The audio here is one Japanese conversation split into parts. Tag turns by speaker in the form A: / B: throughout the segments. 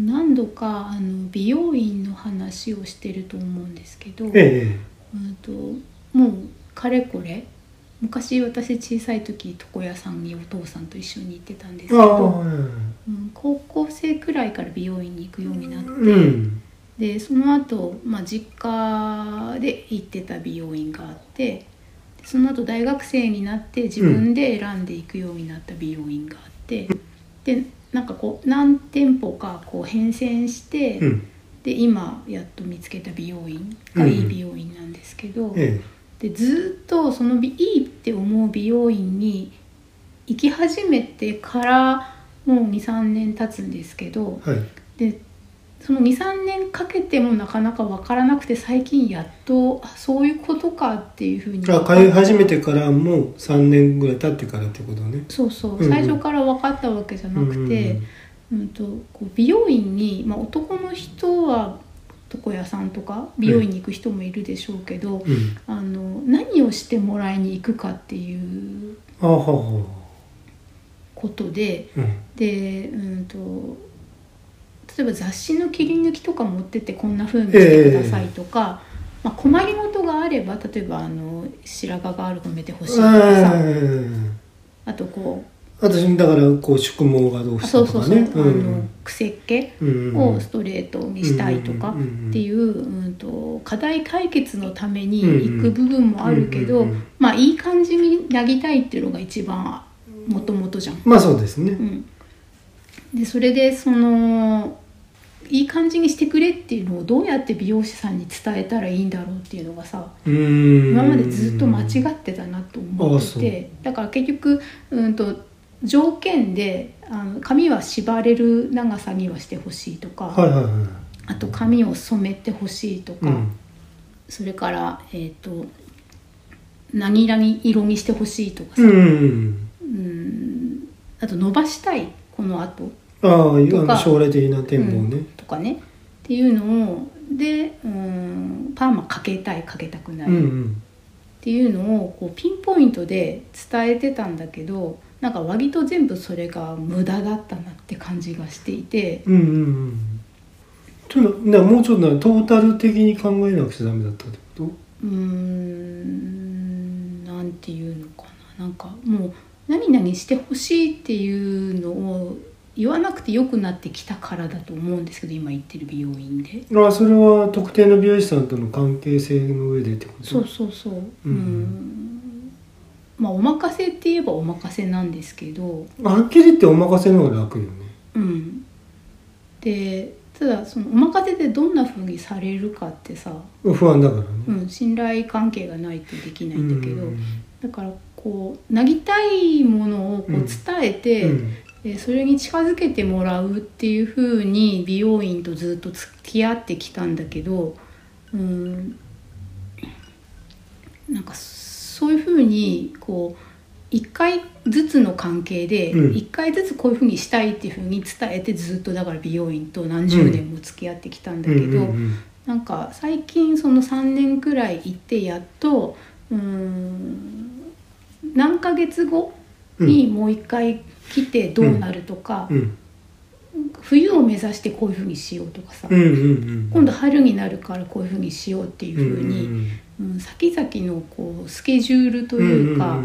A: 何度かあの美容院の話をしてると思うんですけど、
B: え
A: うんともうかれこれ昔私小さい時床屋さんにお父さんと一緒に行ってたんです
B: え
A: け
B: ああ
A: ど、
B: うん
A: うん、高校生くらいから美容院に行くようになって、
B: うん
A: でその後、まあ実家で行ってた美容院があってでその後大学生になって自分で選んでいくようになった美容院があって、でなんかこう何店舗かこう変遷して、
B: うん
A: で今やっと見つけた美容院がいい美容院なんですけど、
B: え
A: でずっとその美いいって思う美容院に行き始めてからもう23年経つんですけど
B: えはい
A: でその23年かけてもなかなか分からなくて最近やっとあそういうことかっていうふうに
B: あ通い始めてからもう3年ぐらい経ってからってことね
A: そうそ
B: うんう
A: うん最初から分かったわけじゃなくて、うんとこう美容院に、まあ、男の人は床屋さんとか美容院に行く人もいるでしょうけど、
B: うんうんうん
A: あの何をしてもらいに行くかっていう
B: あはは
A: ことで
B: うん
A: で、うん、と例えば雑誌の切り抜きとか持ってってこんな風にしてくださいとか、まあ、困りごとがあれば例えばあの白髪がある褒めてほしいとかさ
B: うん
A: あとこう
B: 私だからこう宿毛がどう
A: あ
B: した
A: そう
B: と
A: そう
B: か
A: そう、
B: ね
A: あの癖っ気
B: うん
A: をストレートにしたいとかっていう、うん、と課題解決のために行く部分もあるけど、
B: うんうんうんうん
A: まあいい感じになりたいっていうのが一番もともとじゃん。
B: まあそうです
A: う
B: ね
A: ん、でそれでそのいい感じにしてくれっていうのをどうやって美容師さんに伝えたらいいんだろうっていうのがさ
B: うん
A: 今までずっと間違ってたなと思って
B: あ
A: てだから結局うんと条件であの髪は縛れる長さにはしてほしいとか、
B: はいはいはい
A: あと髪を染めてほしいとか、
B: うん
A: それから、えっと何々色にしてほしいとかさ、
B: うんうん
A: うんあと伸ばしたいこの後
B: あああ
A: とか
B: の将来的な展望ね
A: とかねっていうのをでうんパーマかけたいかけたくない、
B: うんう
A: っ
B: ん
A: ていうのをこうピンポイントで伝えてたんだけどなんか割と全部それが無駄だったなって感じがしていて
B: うんうんうんちょっとなもうちょっとなトータル的に考えなくちゃダメだったってこ
A: うんなんていうのかななんかもう何々してほしいっていうのを言わなくてよくなってきたからだと思うんですけど今行ってる美容院で。
B: とあそれは特定の美容師さんとの関係性の上でってこと
A: そうそうそうう、
B: うんん
A: まあお任せって言えばお任せなんですけど
B: はっきり言ってお任せの方が楽よね
A: うんでただそのお任せでどんな風にされるかってさ、
B: 不安だからね
A: うん、信頼関係がないとできないんだけど、
B: うん
A: だからこうなぎたいものをこう伝えて、
B: うん
A: でそれに近づけてもらうっていう風に美容院とずっと付き合ってきたんだけどうんなんかそういう風にこう一回ずつの関係で
B: うん
A: 一回ずつこういう風にしたいっていう風に伝えてずっとだから美容院と何十年も付き合ってきたんだけ
B: うんう
A: ど
B: んうん
A: なんか最近その3年くらい行ってやっとうん何ヶ月後にもう一回来てどうなるとか、
B: うん
A: 冬を目指してこういうふうにしようとかさ、
B: うんうん
A: 今
B: 度
A: 度春になるからこういうふうにしようっていうふうに、うん先々のこうスケジュールというか、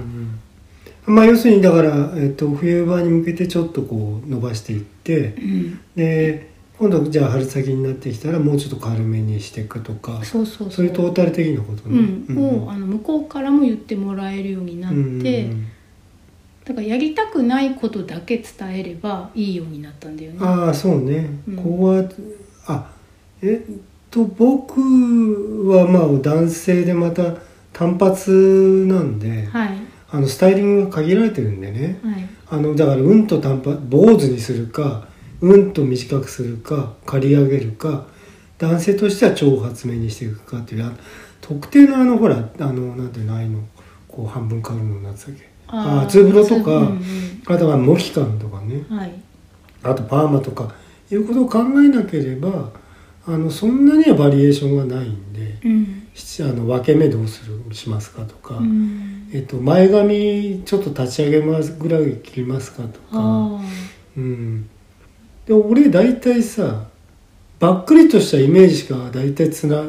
B: まあ要するにだから、えっと、冬場に向けてちょっとこう伸ばしていって
A: うん
B: で今度じゃあ春先になってきたらもうちょっと軽めにしていくとか
A: そうそうそう
B: そういうトータル的なこと
A: う
B: ね。
A: ん
B: うん
A: もうあの向こうからも言ってもらえるようになって、
B: うん
A: だからやりたくないことだけ伝えればいいようになったんだよね。
B: ああそうね、
A: うん
B: ここはあえっと僕はまあ男性でまた単発なんで、
A: はい、
B: あのスタイリングが限られてるんでね
A: はい
B: あのだからうんと短髪坊主にするかうんと短くするか刈り上げるか男性としては長髪めにしていくかっていうあ特定のあのほらあのなんていうのああいうのこう半分かぶるのなんつったっけああツーブロとか、
A: うん
B: あとはモヒカンとかね、
A: うんはい
B: あとパーマとかいうことを考えなければあのそんなにはバリエーションがないんで
A: うん
B: しあの分け目どうするしますかとか、
A: うん
B: えっと、前髪ちょっと立ち上げますぐらい切りますかとか、
A: ああ
B: うん、で俺大体さばっくりとしたイメージしか大体つな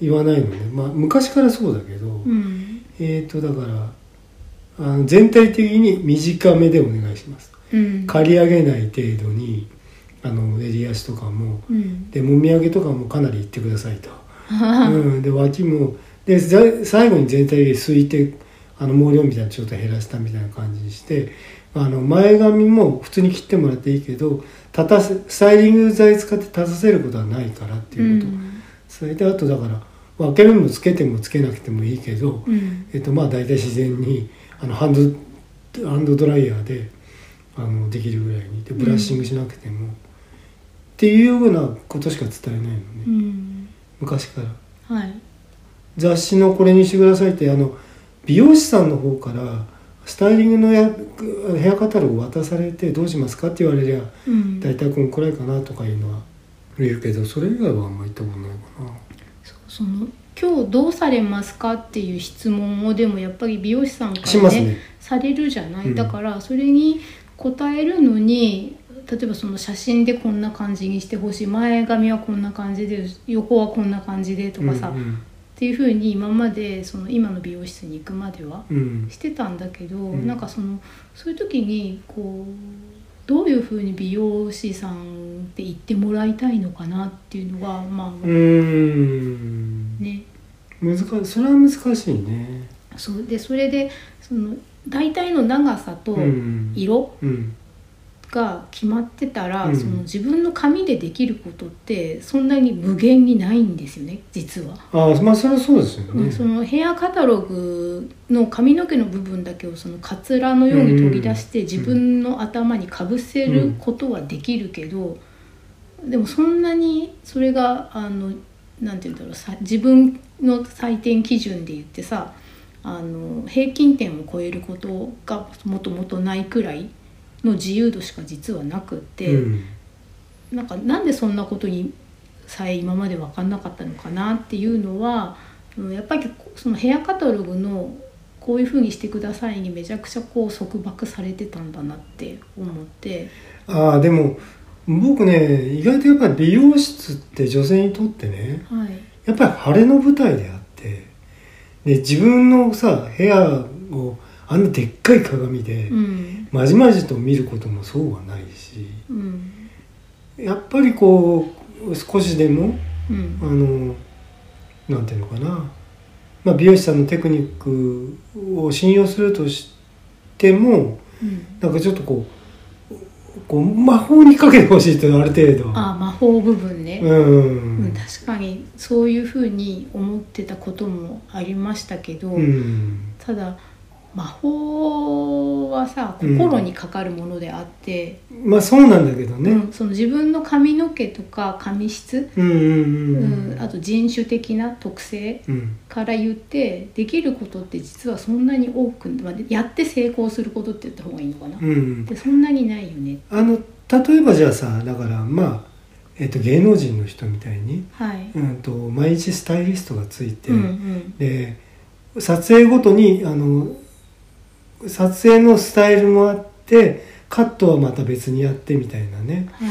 B: 言わないのねまあ昔からそうだけど、
A: うん
B: えっ、ー、とだからあの全体的に短めでお願いします
A: うん
B: 刈り上げない程度にあの襟足とかも
A: うん
B: でもみあげとかもかなりいってくださいと、うん、で脇もでざ最後に全体ですいてあの毛量みたいなのちょっと減らしたみたいな感じにしてあの前髪も普通に切ってもらっていいけど立たせスタイリング剤使って立たせることはないからっていうこと、
A: うん
B: それであとだから分け目もつけてもつけなくてもいいけど、
A: うん
B: えっとまあ大体自然にあのハンドハンドドライヤーであのできるぐらいにでブラッシングしなくても、っていうようなことしか伝えないのね、
A: うん
B: 昔から
A: はい
B: 雑誌の「これにしてください」ってあの美容師さんの方からスタイリングのやヘアカタログを渡されて「どうしますか?」って言われりゃ
A: うん
B: 大体こんくらいかなとかいうのは言うけどそれ以外はあんまり言ったことないかな。
A: そうその今日どうされますかっていう質問をでもやっぱり美容師さんか
B: し
A: ら
B: ます
A: ね
B: ね
A: されるじゃない、
B: うん
A: だからそれに答えるのに例えばその写真でこんな感じにしてほしい前髪はこんな感じで横はこんな感じでとかさ、
B: う
A: っ
B: ん
A: ていうふうに今までその今の美容室に行くまでは
B: うんうん
A: してたんだけど、
B: ん
A: なんかそのそういう時にこうどういうふうに美容師さんって言ってもらいたいのかなっていうのがまあ、
B: うーん
A: ね
B: 難しそれは難しいね。
A: そうでそれでその大体の長さと
B: うん
A: 色
B: うん
A: が決まってたら、
B: うん
A: その自分の髪でできることってそんなに無限にないんですよね実は、
B: ああまあそれはそうですよ
A: う
B: ね。
A: んそのヘアカタログの髪の毛の部分だけをそのカツラのように取り出して
B: うん
A: 自分の頭にかぶせることはできるけど、でもそんなにそれがあのなんて言うんだろうさ自分の採点基準で言ってさあの平均点を超えることがもともとないくらいの自由度しか実はなくって、
B: うん
A: なんかなんでそんなことにさえ今まで分かんなかったのかなっていうのはうんやっぱりそのヘアカタログのこういうふうにしてくださいにめちゃくちゃこう束縛されてたんだなって思って
B: ああでも僕ね意外とやっぱり美容室って女性にとってね
A: はい
B: やっぱり晴れの舞台であってで自分のさ部屋をあんなでっかい鏡で、
A: うん
B: まじまじと見ることもそうはないし
A: うん
B: やっぱりこう少しでも
A: う
B: あ
A: ん
B: のなんていうのかな、まあ、美容師さんのテクニックを信用するとしても
A: うん
B: なんかちょっとこうこう魔法にかけてほしいというのはある程度
A: ああ魔法部分ね、
B: うん
A: うん、確かにそういうふうに思ってたこともありましたけど、
B: うん
A: ただ魔法はさ
B: うん
A: 心にかかるものであって、
B: まあそうなんだけどね
A: うんその自分の髪の毛とか髪質、
B: うんうん
A: う
B: うん
A: ん
B: うん
A: あと人種的な特性
B: うん
A: から言ってできることって実はそんなに多く、まあ、やって成功することって言った方がいいのかな、
B: うん
A: でそんなにないよね
B: あの例えばじゃあさだからまあえっと芸能人の人みたいに、
A: はい、
B: うん、と毎日スタイリストがついて、
A: うんうん
B: で撮影ごとにあの撮影のスタイルもあってカットはまた別にやってみたいなね
A: はい、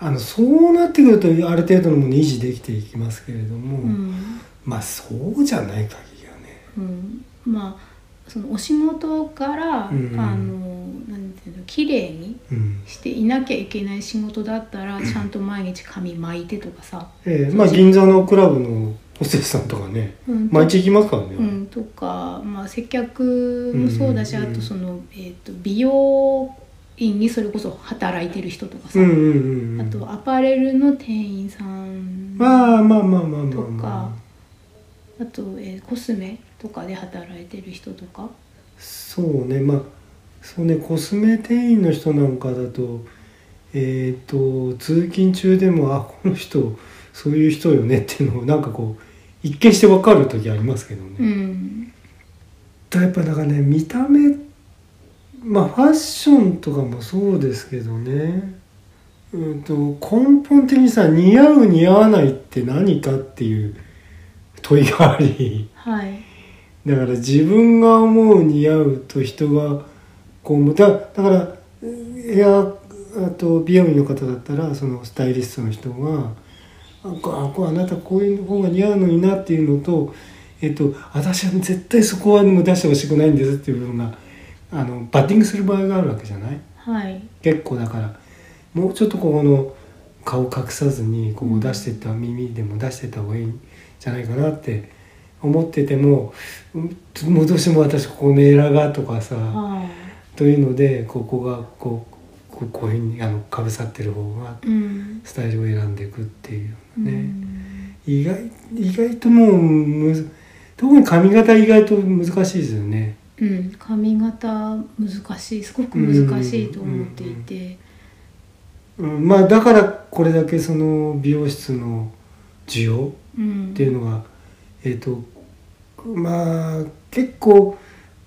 B: あのそうなってくるとある程度のもの維持できていきますけれども、
A: うん
B: まあそうじゃない限りはね
A: うん、まあそのお仕事から、
B: うん
A: あのなんていうの綺麗に
B: うん
A: していなきゃいけない仕事だったらちゃんと毎日髪巻いてとかさ、
B: ええまあ銀座のクラブのホステスさんとかね
A: うん、
B: 毎日行きますからね、
A: うん、とか、まあ、接客もそうだし、
B: うんうんうん
A: あとその、えー、と美容院にそれこそ働いてる人とかさ、
B: うんうんうん
A: あとアパレルの店員さん
B: まあまあまあまあまあ
A: とか
B: まあ
A: あと、えーコスメとかで働いてる人とか、
B: そうねまあそうねコスメ店員の人なんかだとえっ、と通勤中でもあこの人そういう人よねっていうのをなんかこう一見してわかる時ありますけどね、
A: うん
B: やっぱなんかね見た目まあファッションとかもそうですけどねうんと根本的にさ似合う似合わないって何かっていう問いがあり
A: はい
B: だから自分が思う似合うと人がこう思うだだからヘアあと美容院の方だったらそのスタイリストの人が「あこあこあなたこういう方が似合うのにな」っていうのと「えっと、私は絶対そこはもう出してほしくないんです」っていうようなあのバッティングする場合があるわけじゃない
A: はい
B: 結構だからもうちょっとここの顔隠さずにここ出してった、耳でも出してった方がいいんじゃないかなって思っててもうんもうどうしても私ここのエラがとかさ、
A: あ
B: というのでここがこうこうこういうふうにあのかぶさってる方が
A: ーうん
B: スタイルを選んでいくっていうね、
A: うん
B: 意外意外ともうむず特に髪型意外と難しいですよね。
A: うん、髪型難しいすごく難しいと思っていて、
B: うん、まあだからこれだけその美容室の需要
A: うん、
B: っていうのが、えっ、とまあ結構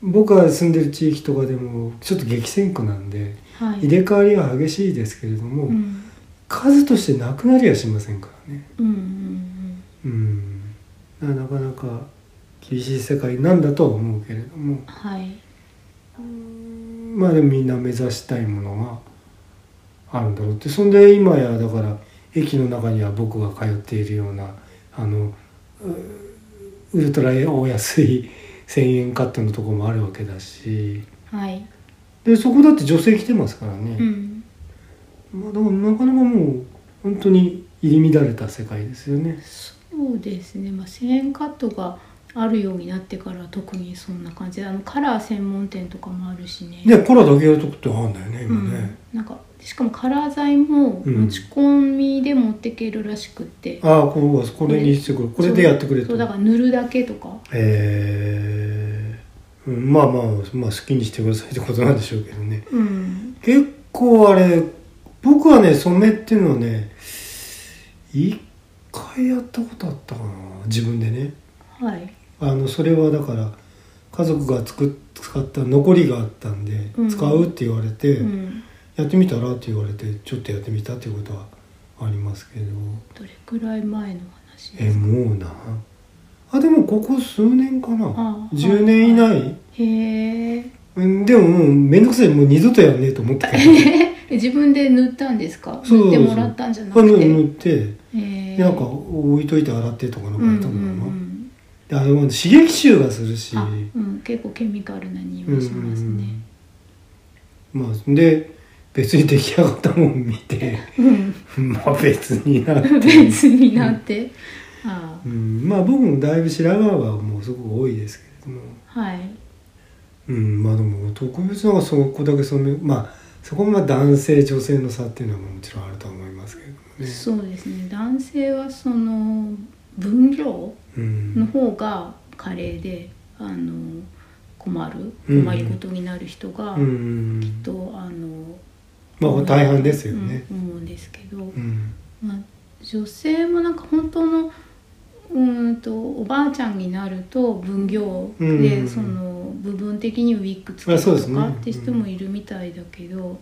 B: 僕が住んでる地域とかでもちょっと激戦区なんで
A: はい、
B: 入れ替わりは激しいですけれども、
A: うん
B: 数としてなくなりはしませんからね。
A: うんうん
B: うん、なかなか厳しい世界なんだとは思うけれども
A: うんはい
B: まあでもみんな目指したいものがあるんだろうってそんで今やだから駅の中には僕が通っているようなあのうウルトラお安い1,000円カットのとこもあるわけだし
A: はい、
B: でそこだって女性来てますからね、
A: うん、
B: まあ、だからなかなかもう本当に入り乱れた世界ですよね。
A: そうですね、まあ、1000円カットがあるようになってから特にそんな感じであのカラー専門店とかもあるしね
B: ねコラだけやるとこってあるんだよね
A: う
B: 今
A: ん
B: ね。、
A: なんかしかもカラー剤も持ち込みで持ってけるらしくって、
B: ああこうこれにしてくれこれでやってくれと。
A: そうだから塗るだけとか
B: えーうんまあまあまあ好きにしてくださいってことなんでしょうけどね
A: うん
B: 結構あれ僕はね染めっていうのはね一回やったことあったかな自分でね
A: はい
B: あのそれはだから家族が作っ使った残りがあったんで、
A: うん
B: 使うって言われて、
A: うん
B: やってみたらって言われてちょっとやってみたっていうことはありますけど
A: どれくらい前の話
B: え
A: ですか
B: もうなあでもここ数年かな
A: あ
B: 10年以内、
A: へ え
B: うんでももうめんどくさいもう二度とやんねえと思ってたから
A: 自分で塗ったんですか
B: そうそうそう
A: 塗ってもらったんじゃな
B: これ
A: くて
B: 塗って
A: へえ
B: なんか置いといて洗ってとかなん
A: う
B: か
A: んう
B: や
A: ん
B: った
A: う
B: のかな、
A: ん
B: であれは刺激臭がするし
A: あ、うん、結構ケミカルな匂いしますね
B: うんまあで別に出来上がったもん見 て
A: うん
B: まあ別にな、
A: 別になってあ
B: うん、まあ僕もだいぶ白髪はもうすごく多いですけれども
A: あはい
B: うんまあでも特別なのはそこだけ染めまあそこもまあ男性女性の差っていうのはもちろんあるとは思いますけれどもね
A: そうですね男性はその分量
B: うん
A: の方が加齢であの困る
B: うん
A: 困りことになる人が、
B: うん
A: とあの
B: まあ大半ですよね、
A: うん思うんですけど、
B: うん
A: まあ、女性もなんか本当のうーんとおばあちゃんになると分業で、
B: うん
A: その部分的にウィッグつけ
B: あ
A: る
B: そうです
A: と
B: ね
A: かって人もいるみたいだけど、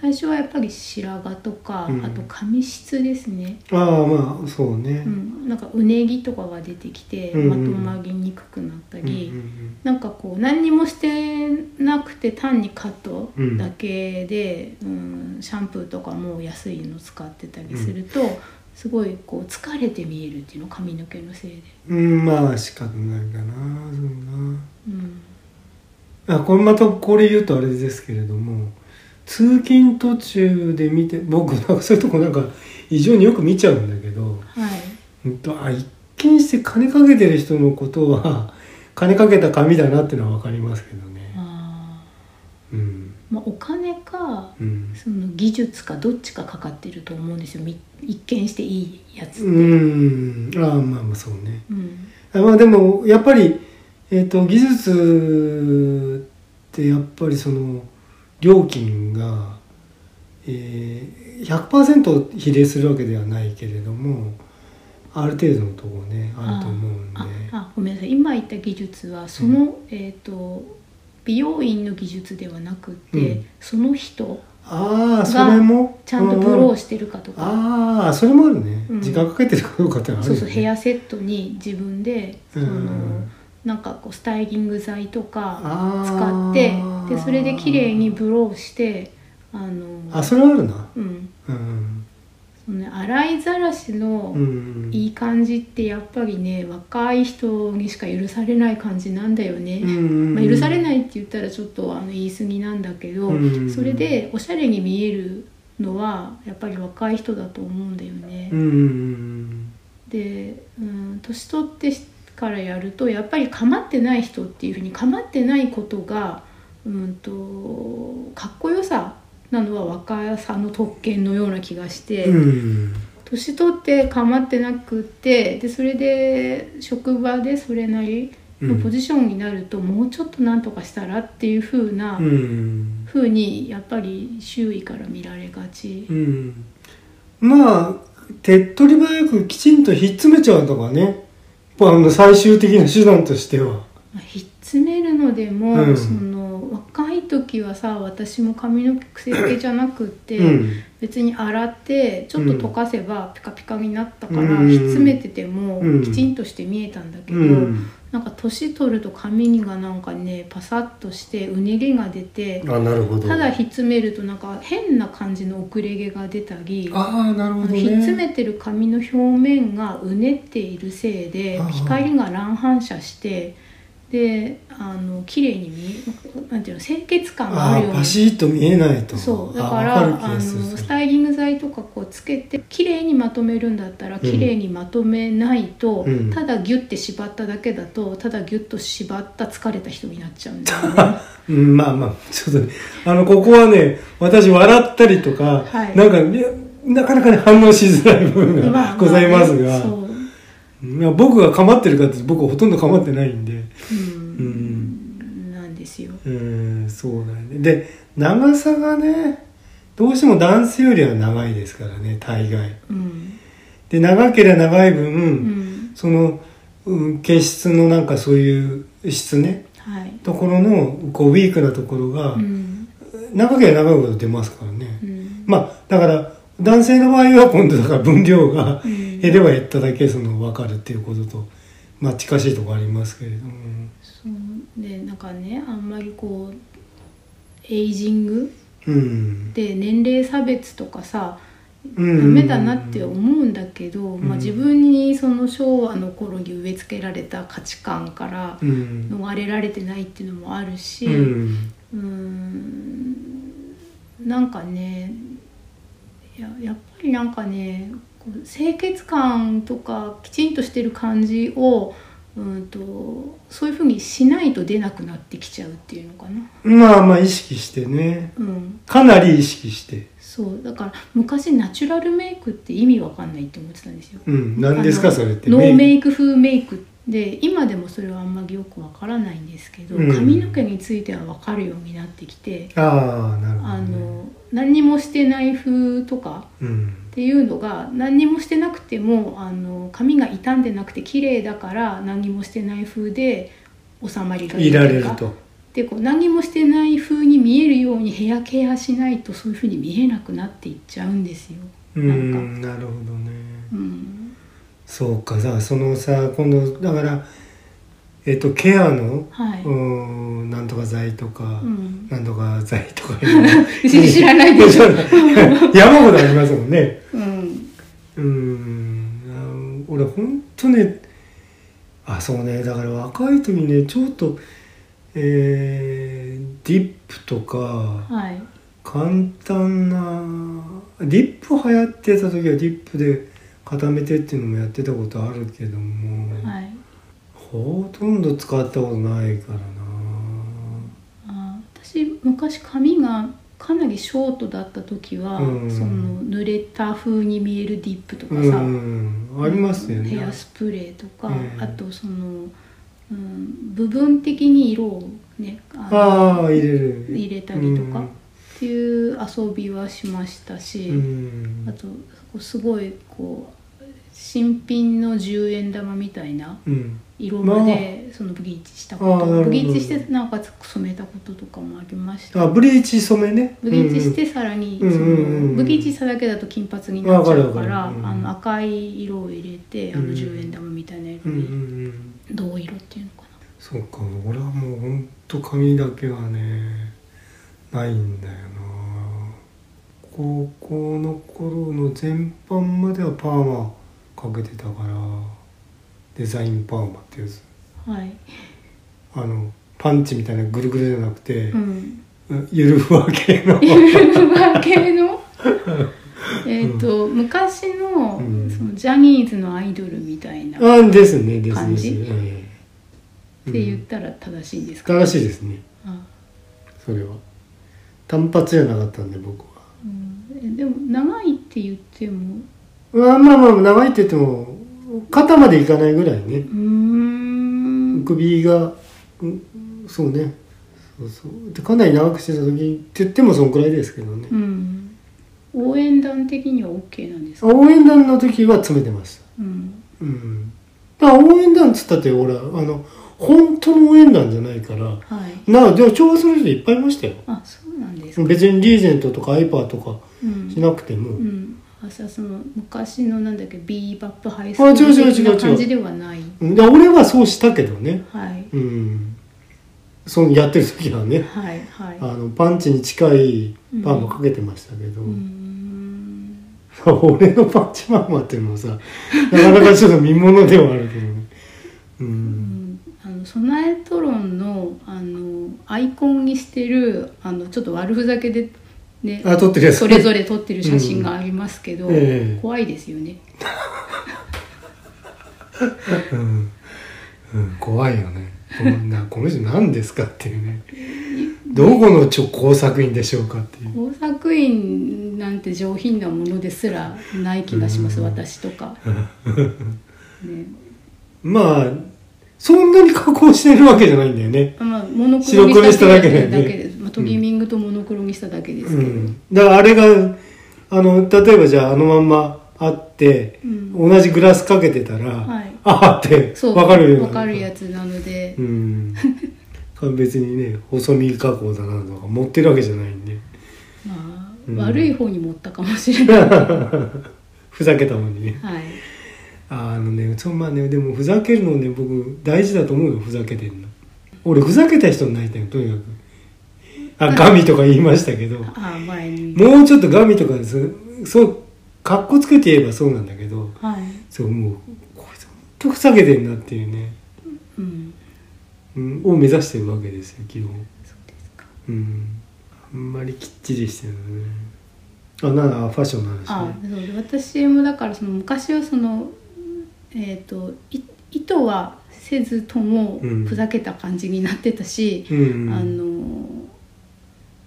A: 最初はやっぱり白髪とか、
B: うん
A: あと髪質ですね、
B: ああまあそうね、
A: うん、なんかうねぎとかが出てきて
B: うん
A: まとまりにくくなった
B: うんうん
A: り、なんかこう何にもしてなくて単にカットだけで、うんシャンプーとかも安いの使ってたりすると、すごいこう疲れて見えるっていうの髪の毛のせいで、
B: うんうんまあ仕方ないかなそう
A: うん、
B: なあこれまたこれ言うとあれですけれども通勤途中で見て僕なんかそういうとこなんか異常によく見ちゃうんだけど、
A: はい
B: うんと、あ一見して金かけてる人のことは 金かけた紙だなっていうのは分かりますけどね。
A: あ
B: うん
A: ー、まあ、お金か
B: うん
A: その技術かどっちかかかってると思うんですよみ一見していいやつ、
B: うん、ああまあまあそうね。
A: うん
B: あまあでもやっぱり、えー、と技術ってやっぱりその料金が、えー、100%比例するわけではないけれどもある程度のところねあると思うんで
A: ああごめんなさい今言った技術はその、えっ、と美容院の技術ではなくて、
B: うん
A: その人
B: ああそれも
A: ちゃんとブロー
B: し
A: してるかとか、
B: ああそれもあるね、
A: うん
B: 時間かけてるかどうかってのはあ
A: そ
B: る
A: う
B: よ
A: そ
B: ね
A: うヘアセットに自分でその、
B: うん
A: なんかこうスタイリング剤とか
B: あ
A: 使って
B: ー
A: でそれで綺麗にブローしてあの
B: あそれはあるな
A: うん
B: うん
A: そのね洗いざらしの
B: うん
A: いい感じってやっぱりね若い人にしか許されない感じなんだよね、まあ、許され
B: い
A: ないって言ったらちょっとあの言い過ぎなんだけど、
B: うん
A: それでおしゃれに見えるのはやっぱり若い人だと思うんだよね、
B: うんうん
A: で、うん、年取ってからやるとやっぱり構ってない人っていうふうに構ってないことが、うん、とかっこよさなのは若さの特権のような気がして。
B: うん
A: 年取って構ってなくってでそれで職場でそれなりのポジションになると、もうちょっとなんとかしたらっていう風な、
B: うんうん
A: 風にやっぱり周囲から見られがち
B: う、んまあ手っ取り早くきちんとひっ詰めちゃうとかねあの最終的な手段としては
A: まあ、ひっ詰めるのでも、
B: うん
A: その若い時はさ私も髪の毛癖付けじゃなくって、
B: うん
A: 別に洗ってちょっと溶かせばピカピカになったから、
B: うん
A: ひっ詰めてても
B: うん
A: きちんとして見えたんだけ
B: う
A: ど。
B: ん
A: なんか年取ると髪がなんかねパサッとしてうねりが出て
B: あなるほど
A: ただひっ詰めるとなんか変な感じの遅れ毛が出たり
B: ああなるほどね
A: ひっ詰めてる髪の表面がうねっているせいで
B: ああ
A: 光が乱反射してであの綺麗に見えなんていうの清潔感があ
B: あ
A: るよ
B: あ
A: う
B: パ
A: に
B: シッと見えないと
A: そうだ
B: あ
A: から
B: わ
A: あ
B: かる気
A: の
B: がする
A: スタイリング剤とかこうつけて綺麗にまとめるんだったら綺麗にまとめないと、
B: うん
A: ただギュッて縛っただけだとただギュッと縛った疲れた人になっちゃうんだよね
B: うん、まあまあ、ちょっとね、あの、ここはね、私笑ったりとか、
A: はい
B: なんか、いやなかなかね、反応しづらい部分
A: まあ
B: が ございますが、
A: あねそう、
B: いや僕が構ってるかって僕はほとんど構ってないんで、う
A: うん
B: ん、
A: なんですよ
B: うん、そうだね。で、長さがね、どうしても男性よりは長いですからね、大概。
A: うん、
B: で、長ければ長い分、
A: うん、
B: その、うん、毛質のなんかそういう質ね、
A: はい
B: ところの、こう、ウィークなところが、
A: うん
B: 長ければ長いほど出ますからね。
A: うん
B: まあだから男性の場合は今度だから分量が
A: うん
B: 減れば減っただけその分かるっていうことと、まあ、近しいところありますけれども、
A: そうでなんかねあんまりこうエイジング
B: うん、
A: で年齢差別とかさ
B: ダ
A: ダメだなって思うんだけど、
B: ん
A: まあ、自分にその昭和の頃に植え付けられた価値観から
B: うん
A: 逃れられてないっていうのもあるし、
B: う
A: うんーんなんかねややっぱりなんかねこう清潔感とかきちんとしてる感じをうんとそういうふうにしないと出なくなってきちゃうっていうのかな。
B: まあまあ意識してね
A: うん
B: かなり意識して、
A: そうだから昔ナチュラルメイクって意味わかんないって思ってたんですよ。
B: うん、何です
A: あ
B: か
A: の
B: それって
A: ノーメ
B: イ
A: イク風メイクで今でもそれはあんまりよくわからないんですけど、
B: うん
A: 髪の毛についてはわかるようになってきて、
B: クああなるほど、
A: あ
B: ね、
A: の何にもしてない風とか
B: うん
A: っていうのが何にもしてなくてもあの髪が傷んでなくて綺麗だから何にもしてない風で収まりがいい
B: い
A: と
B: られ
A: いう
B: る
A: か
B: と
A: でこう何もしてない風に見えるようにヘアケアしないとそういう風に見えなくなっていっちゃうんですよ。
B: う
A: なんか
B: んなるほどね
A: うん、
B: そうかさそのさ今度だからえっとケアの
A: はい、
B: うーんなんとか剤とか、
A: うん
B: なんとか剤とか
A: 知らないで しょ
B: 山ほどありますもんね
A: うん、
B: うーんあの俺ほんとねあそうねだから若い時ねちょっとえーディップとか
A: はい、
B: 簡単なディップ流行ってた時はディップで固めてっていうのもやってたことあるけども、
A: はい、
B: ほとんど使ったことないからな
A: あー私昔髪がかなりショートだった時は、
B: うん
A: その濡れた風に見えるディップとかさ、
B: うん、ありますよね。
A: ヘアスプレーとか、
B: うん
A: あとその、うん、部分的に色をねあの
B: ああ入れる
A: 入れたりとかっていう遊びはしましたし、
B: うん、うん
A: あとこうすごいこう新品の10円玉みたいな
B: うん
A: 色までそのブリーチしたこ
B: あーなるほ
A: と
B: ど
A: ブリーチしてなおかつ染めたこととかもありました
B: あブリーチ染めね
A: ブリーチしてさらにそ
B: うんうんう
A: の
B: ん
A: ブリーチしただけだと金髪になっちゃうか
B: わかる
A: らあ
B: わかるうん
A: の赤い色を入れてあ
B: う
A: の
B: ん
A: 10円玉みたいな
B: う
A: 色
B: んうんうんう
A: に
B: ん
A: 銅色っていうのかな
B: そうか俺はもうほんと髪だけはねないんだよな高校の頃の全般まではパーマかけてたからデザインパーマってやつ
A: はい、
B: あのパンチみたいなぐるぐるじゃなくて、
A: うん、
B: ゆるふわ系 の
A: ルバ系 のえっと、昔の,、
B: うん
A: そのジャニーズのアイドルみたいなっ
B: あですねです
A: 感
B: で
A: じ
B: す、ええ
A: て言
B: う
A: っ
B: ん
A: たら正しいんですか、
B: 正しいですね
A: あ
B: それは単発じゃなかったんで僕は
A: うんえでも長いって言っても
B: まあまあまあ長いって言っても肩までいかないぐらいね
A: うーん
B: 首が、うんそうねそうそうでかなり長くしてた時って言ってもそんくらいですけどね、
A: うん応援団的には OK なんですか、
B: 応援団の時は詰めてました
A: うん、
B: うんだから応援団っつったってほらあの本当の応援団じゃないから
A: はい
B: なあでも調和する人いっぱいいましたよ
A: あそうなんですか、
B: 別にリーゼントとかアイパーとか
A: うん
B: しなくても、
A: うん、あさその昔のなんだっけビーバップハイス
B: あ違う違う違う
A: 的な感じではない
B: うんで俺はそうしたけどね
A: はい
B: うんそのやってる時はね
A: はいはい
B: あのパンチに近いパンもかけてましたけど、
A: うーん
B: 俺のパンチマンマっていうのはさなかなかちょっと見ものではあるけどねう
A: うんんあのソナエトロンのあのアイコンにしてるあのちょっと悪ふざけで、ね、
B: あ撮ってるやつ
A: それぞれ撮ってる写真がありますけど、
B: うんええ
A: 怖いですよね
B: うん、うん、怖いよねこんなこの人何ですかっていうねどこのちょ工作員でしょうかっていう
A: 工作員なんて上品なものですらない気がします
B: うん
A: 私と か、ね
B: まあそんなに加工してるわけじゃないんだよね
A: まあ、モノクロ
B: 白
A: に
B: 黒にし
A: したた
B: だ
A: だ
B: け
A: け
B: だよ
A: で
B: ね
A: す、まあ、トリミングとモノクロにしただけです
B: う
A: けど、
B: ん、だからあれがあの例えばじゃああのまんまあって、
A: うん
B: 同じグラスかけてたら、
A: はい
B: ああって
A: そう
B: 分かるようにな
A: わかるやつなので、
B: うん別にね細身加工だなとか持ってるわけじゃないんで
A: まあ
B: うん
A: 悪い方に持ったかもしれない、は
B: ふざけたもんにね
A: い、
B: あのねそうまあねでもふざけるのね僕大事だと思うよふざけてんの俺ふざけた人になりたいのとにかくあガミとか言いましたけども
A: ああ前に、
B: うちょっとガミとかですそうかっこつけて言えばそうなんだけど
A: はい
B: そうもうこいつほんとふざけてんなっていうね、
A: うん、
B: うん、を目指してるわけですよ基本。
A: そうですか
B: うんあんまりきっちりしてるねあなんだファッションの話
A: あ
B: ね
A: そうで私もだからその昔はそのえっ、とい意図はせずとも
B: うん
A: ふざけた感じになってたし、
B: うんうん
A: あの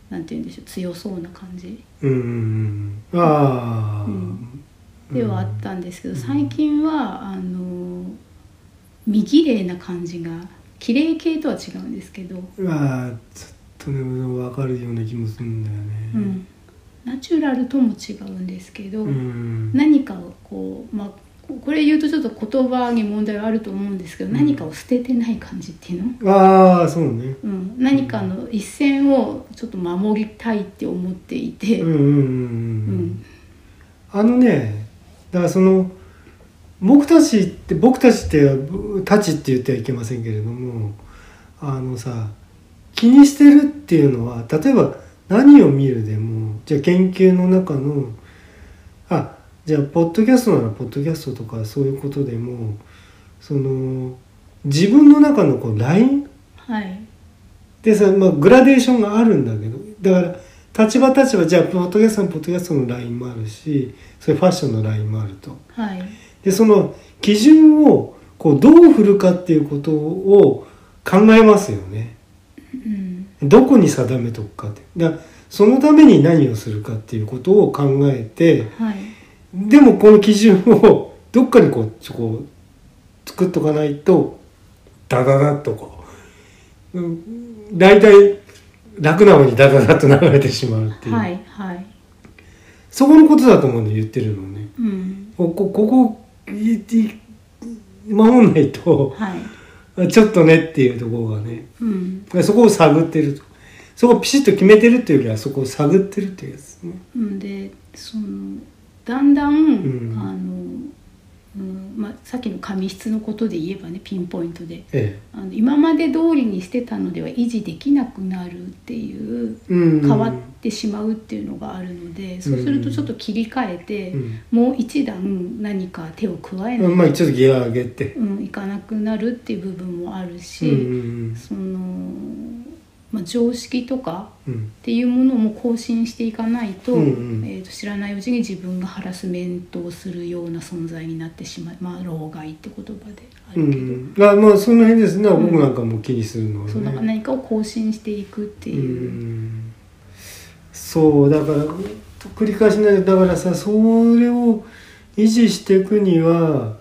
A: なんて言うんでしょう強そうな感じ
B: うんうんうんああ、
A: うんではあったんですけど、最近はあの見綺麗な感じが綺麗系とは違うんですけど、
B: うんあーちょっとね分かるような気もするんだよね
A: うん、ナチュラルとも違うんですけど、
B: うん
A: 何かをこうまあここれ言うとちょっと言葉に問題はあると思うんですけど、
B: うん
A: 何かを捨ててない感じっていうの、
B: ああそうね
A: うん、何かの一線をちょっと守りたいって思っていて、
B: うんうんうん
A: う
B: うん、
A: ん
B: あのねだからその僕たちって僕たちって「たち」って言ってはいけませんけれどもあのさ気にしてるっていうのは例えば何を見るでもじゃあ研究の中のあじゃあポッドキャストならポッドキャストとかそういうことでもその自分の中のこうライン
A: はい
B: でさ、まあ、グラデーションがあるんだけどだから立場立場じゃあポッドキャストのポッドキャストのラインもあるしそれファッションのラインもあると
A: はい
B: でその基準をこうどう振るかっていうことを考えますよね
A: うん
B: どこに定めとくかってだからそのために何をするかっていうことを考えて
A: はい
B: でもこの基準を どっかにこうちょこう作っとかないとダダダッとこううん大体楽な方にダダダッと流れてしまうっていう、
A: はいはい
B: そこのことだと思うの言ってるのね
A: うん
B: ここここいい守んないと
A: はい
B: ちょっとねっていうところがね
A: うん
B: そこを探ってるとそこをピシッと決めてるっていうよりはそこを探ってるっていうやつですね
A: んでそのだんだん、
B: ん
A: あの、うんまあ、さっきの髪質のことで言えばねピンポイントで
B: え
A: あの今まで通りにしてたのでは維持できなくなるっていう
B: えうん
A: 変わってしまうっていうのがあるのでそうするとちょっと切り替えて、
B: うん
A: もう一段何か手を加えないと、
B: まあちょっとギア上げて、
A: うん、いかなくなるっていう部分もある
B: う
A: し、
B: んうん
A: その、まあ、常識とか
B: うん
A: っていうものも更新していかないと,、
B: うんうん
A: えーと知らないうちに自分がハラスメントをするような存在になってしまい、まあ、老害って言葉であ
B: う
A: るけど、
B: んうん、あまあその辺ですね、
A: ん
B: 僕なんかも気にするのはね
A: その何かを更新していくって
B: う
A: いう。
B: んそうだから繰り返しなんだからさそれを維持していくには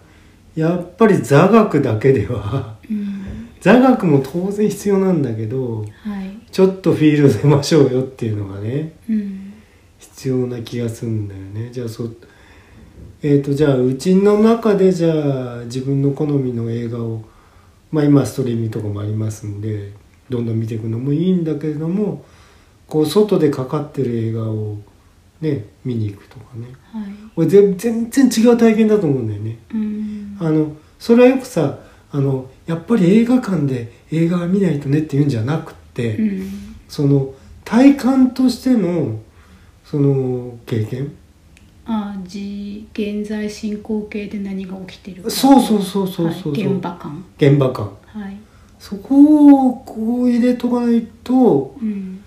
B: やっぱり座学だけでは
A: うん
B: 座学も当然必要なんだけど
A: はい
B: ちょっとフィールド出ましょうよっていうのがね
A: うん
B: 必要な気がするんだよねじゃあそえー、とじゃあうちの中でじゃあ自分の好みの映画をまあ今ストリーミングとかもありますんでどんどん見ていくのもいいんだけれどもこう外でかかってる映画をね見に行くとかね
A: はい
B: 俺全全然違う体験だと思うんだよね。
A: うん
B: あのそれはよくさあのやっぱり映画館で映画は見ないとねっていうんじゃなくって、
A: うん
B: その体感としてのその経験
A: あじ現在進行形で何が起きてるか
B: そうそうそうそうそうそう、
A: はい、現場感
B: 現場感
A: はい、
B: そこをこう入れとかないと
A: うん、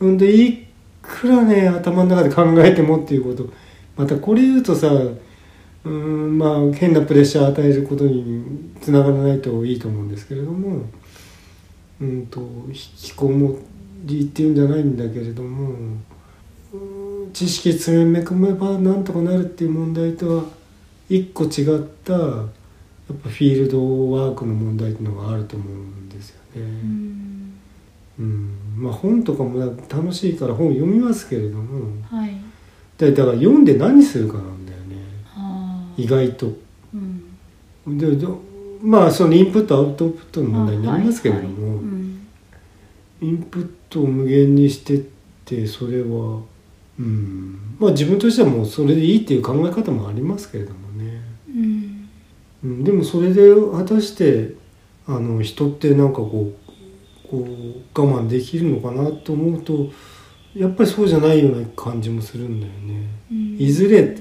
B: うんでいくらね頭の中で考えてもっていうことまたこれ言うとさうんまあ変なプレッシャー与えることにつながらないといいと思うんですけれどもうんと引きこもりっていうんじゃないんだけれどもうん知識詰め込めばなんとかなるっていう問題とは一個違ったやっぱフィールドワークの問題っていうのがあると思うんですよね。
A: うん、
B: うんまあ本とかも楽しいから本読みますけれども
A: はい
B: だだから読んで何するかなんだよね
A: あー
B: 意外と
A: うん
B: でどまあそのインプットアウトプットの問題になりますけれども、
A: はいはいうん
B: インプットを無限にしてってそれはうんまあ自分としてはもうそれでいいっていう考え方もありますけれどもね、
A: うん
B: うん、でもそれで果たしてあの人ってなんかこうこう我慢できるのかなと思うとやっぱりそうじゃないような感じもするんだよね。
A: うん
B: いずれ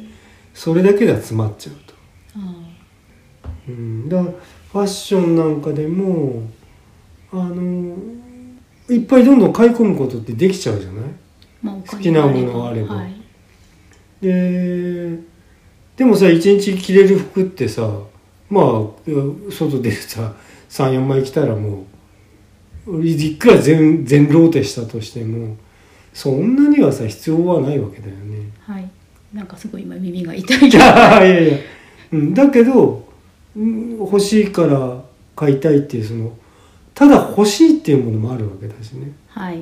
B: それだけでは詰まっちゃうと。
A: あ
B: うん、だからファッションなんかでもあのいっぱいどんどん買い込むことってできちゃうじゃない
A: ーまあ、お
B: 好
A: 金
B: きなものがあれば
A: はい
B: ででもさ一日着れる服ってさまあ外でさ34枚着たらもういくら全全ローテしたとしてもそんなにはさ必要はないわけだよね。
A: はい、なんかすごい今耳が痛い
B: いやいやいや、うん、だけどうん欲しいから買いたいっていうそのただ欲しいっていうものもあるわけだしね
A: はい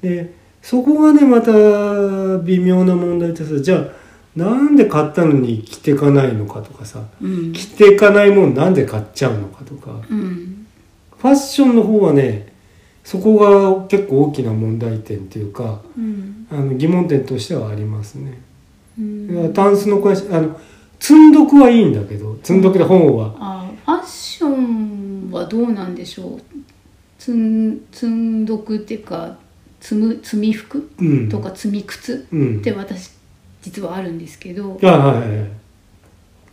B: でそこがねまた微妙な問題でさじゃあなんで買ったのに着てかないのかとかさ
A: うん
B: 着てかないもんなんで買っちゃうのかとか
A: うん
B: ファッションの方はねそこが結構大きな問題点というか
A: うん
B: あの疑問点としてはありますね。
A: うん
B: タンスの会社あの積んどくはいいんだけど積んどくで本は
A: あファッションはどうなんでしょうつん積んどくっていうか積む積み服
B: うん
A: とか積み靴
B: うん
A: って私実はあるんですけど
B: あはいはいはいい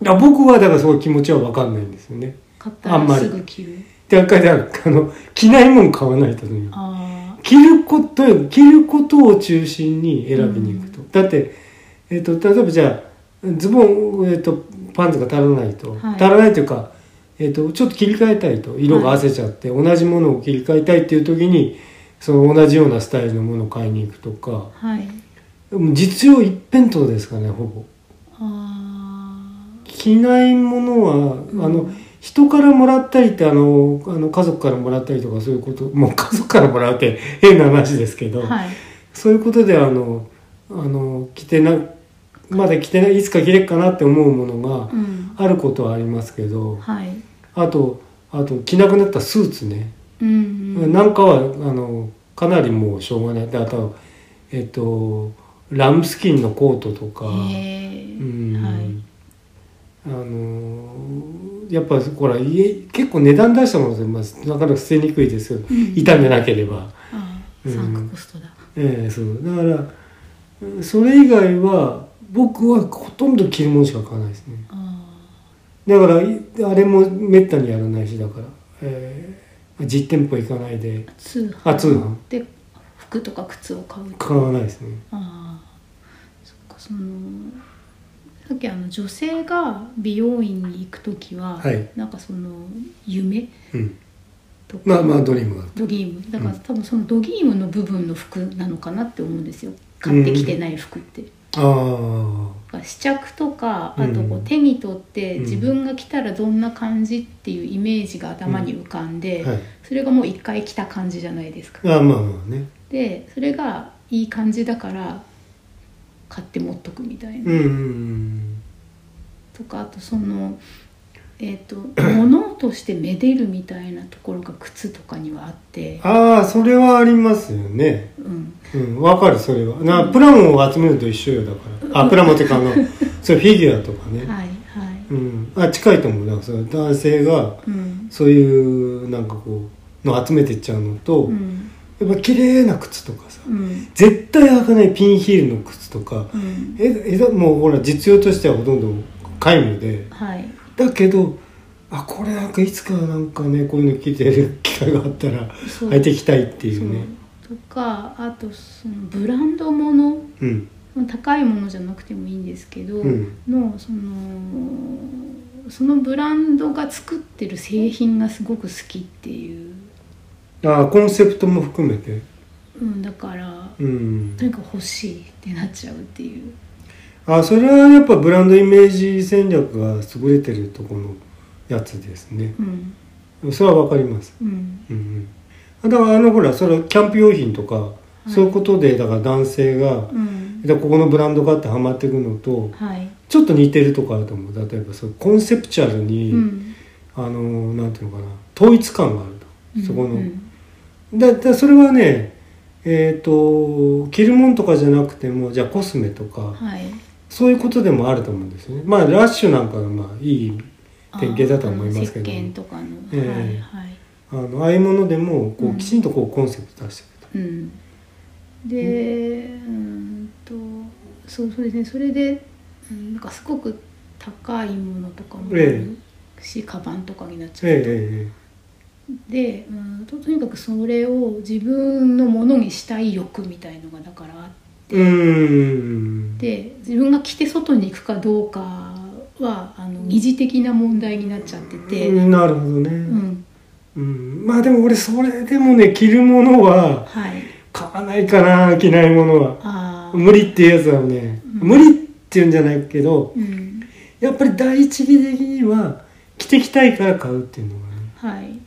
B: や僕はだからそういう気持ちは分かんないんですよね
A: 買った
B: あん
A: ら
B: まり
A: すぐ着る
B: だからあの着ないもん買わないとね
A: あ
B: 着ること着ることを中心に選びに行くと、だって、えっと例えばじゃあズボン、えっとパンツが足らないと、
A: はい
B: 足らないというか、えっとちょっと切り替えたいと色が合わせちゃって、同じものを切り替えたいっていう時にその同じようなスタイルのものを買いに行くとか
A: あはい
B: もう実用一辺倒ですかねほぼ。
A: あ
B: 着ないものは、
A: ん
B: あの人からもらったりってあのあの家族からもらったりとかそういうこともう家族からもらうって変な話ですけ
A: あ
B: ど、
A: はい
B: そういうことであのあの着てなまだ着てないいつか着れっかなって思うものが
A: うん
B: あることはありますけど、
A: はい
B: あとあと着なくなったスーツね、
A: うんうん
B: なんかはあのかなりもうしょうがないであとえっとラムスキンのコートとか。
A: へえ
B: うん
A: はい
B: あのーやっぱほら家結構値段出したもので、まあ、なかなか捨てにくいですけど、
A: ん
B: 傷めなければ、
A: ああ
B: うん
A: サンクコストだ、
B: ええそうだからうんそれ以外は僕はほとんど着るものしか買わないですね
A: あ
B: だからいあれもめったにやらないしだから、ええ実店舗行かないで
A: あ通販
B: あ通販
A: で服とか靴を買う
B: 買わないですね
A: ああそっかそのさっきあの女性が美容院に行く時は、
B: はい
A: なんかその夢
B: うん
A: とか、
B: まあまあドリームがある
A: ドギームだから、
B: うん
A: 多分そのドギームの部分の服なのかなって思うんですよ買ってきてない服って。
B: ああ
A: 試着とかあとこ
B: う
A: うん手に取って
B: うん
A: 自分が着たらどんな感じっていうイメージが頭に浮かんで、
B: はい
A: それがもう一回着た感じじゃないですか。
B: ああまあまあね
A: でそれがいい感じだから買って持っとくみたいな。
B: うんうん
A: とかあとその、えー、と物としてめでるみたいなところが靴とかにはあって、
B: ああそれはありますよね
A: うん、
B: うん、わかるそれはなプラモを集めるのと一緒よだからあプラモっていうかあの そうフィギュアとかね、
A: はいはい、
B: うん、あ近いと思うだからその男性が
A: うん
B: そういうなんかこうの集めてっちゃうのと、
A: うん
B: やっぱ綺麗な靴とかさ
A: うん
B: 絶対開かないピンヒールの靴とか、
A: うん
B: ええだもうほら実用としてはほとんど皆無で
A: はい
B: だけどあこれなんかいつかなんかねこういうの着てる機会があったら
A: そう
B: 履いていきたいってい
A: そう
B: ね
A: うとかあとそのブランド物
B: うん
A: 高いものじゃなくてもいいんですけど、
B: うん
A: のそのそのブランドが作ってる製品がすごく好きっていう、
B: あコンセプトも含めて
A: うん、だから
B: うん
A: とにかく欲しいってなっちゃうっていう。
B: あそれはやっぱブランドイメージ戦略が優れてるとこのやつですね
A: うん
B: それはわかります
A: うん
B: うんうんだからあのほらそれはキャンプ用品とか、
A: い
B: そういうことでだから男性が、
A: うん
B: でここのブランドがあってハマっていくのと
A: はい、
B: ちょっと似てるとこあると思う例えばそうコンセプチュアルに、
A: うん、
B: あのなんていうのかな統一感があるとそこの、
A: うん
B: だだそれはねえっ、と着るもんとかじゃなくてもじゃあコスメとか、
A: はい、
B: そういうことでもあると思うんですよね。まあラッシュなんかがまあいい典型だと思いますけど、
A: あの石鹸とかの、
B: ええ
A: はいはい、
B: あのああいうものでも
A: う
B: こ
A: ん
B: うきちんとこうコンセプト出してく
A: うん、でうんとそうそうですねそれで、うん、なんかすごく高いものとかもあるし、カバンとかになっちゃ
B: れ
A: う
B: る
A: と、
B: え
A: でうんととにかくそれを自分のものにしたい欲みたいのがだからあっ
B: ええええうーん
A: て自分が着て外に行くかどうかはあの二次的な問題になっちゃってて。
B: なるほどね、う
A: うんん
B: まあでも俺それでもね着るものは
A: はい、
B: 買わないかな着ないものは
A: ああ、
B: 無理っていうやつはね、
A: うん
B: 無理っていうんじゃないけど
A: うん、
B: やっぱり第一義的には着てきたいから買うっていうのがね
A: はい、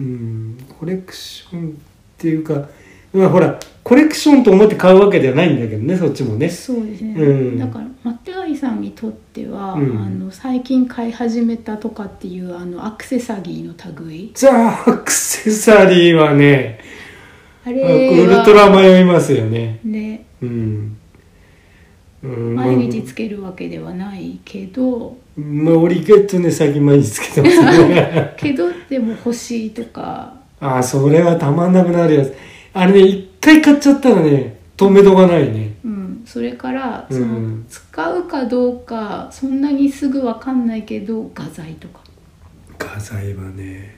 B: うんコレクションっていうか、まあ、ほらコレクションと思って買うわけではないんだけどねそっちもね
A: そうですね、
B: うん
A: だからマッテガイさんにとっては、
B: うん
A: あの最近買い始めたとかっていうあのアクセサリーの類
B: じゃあアクセサリーはね、
A: あれ
B: ウル
A: は
B: トラ迷いますよね
A: ね
B: うん、うん、
A: 毎日つけるわけではないけど、
B: まあ俺意外とね最近毎日つけてます ね
A: けどでも欲しいとか
B: ああそれはたまんなくなるやつあれね一回買っちゃったらね止めどがないね
A: うん、それからその、
B: うん
A: 使うかどうかそんなにすぐわかんないけど画材とか、
B: 画材はね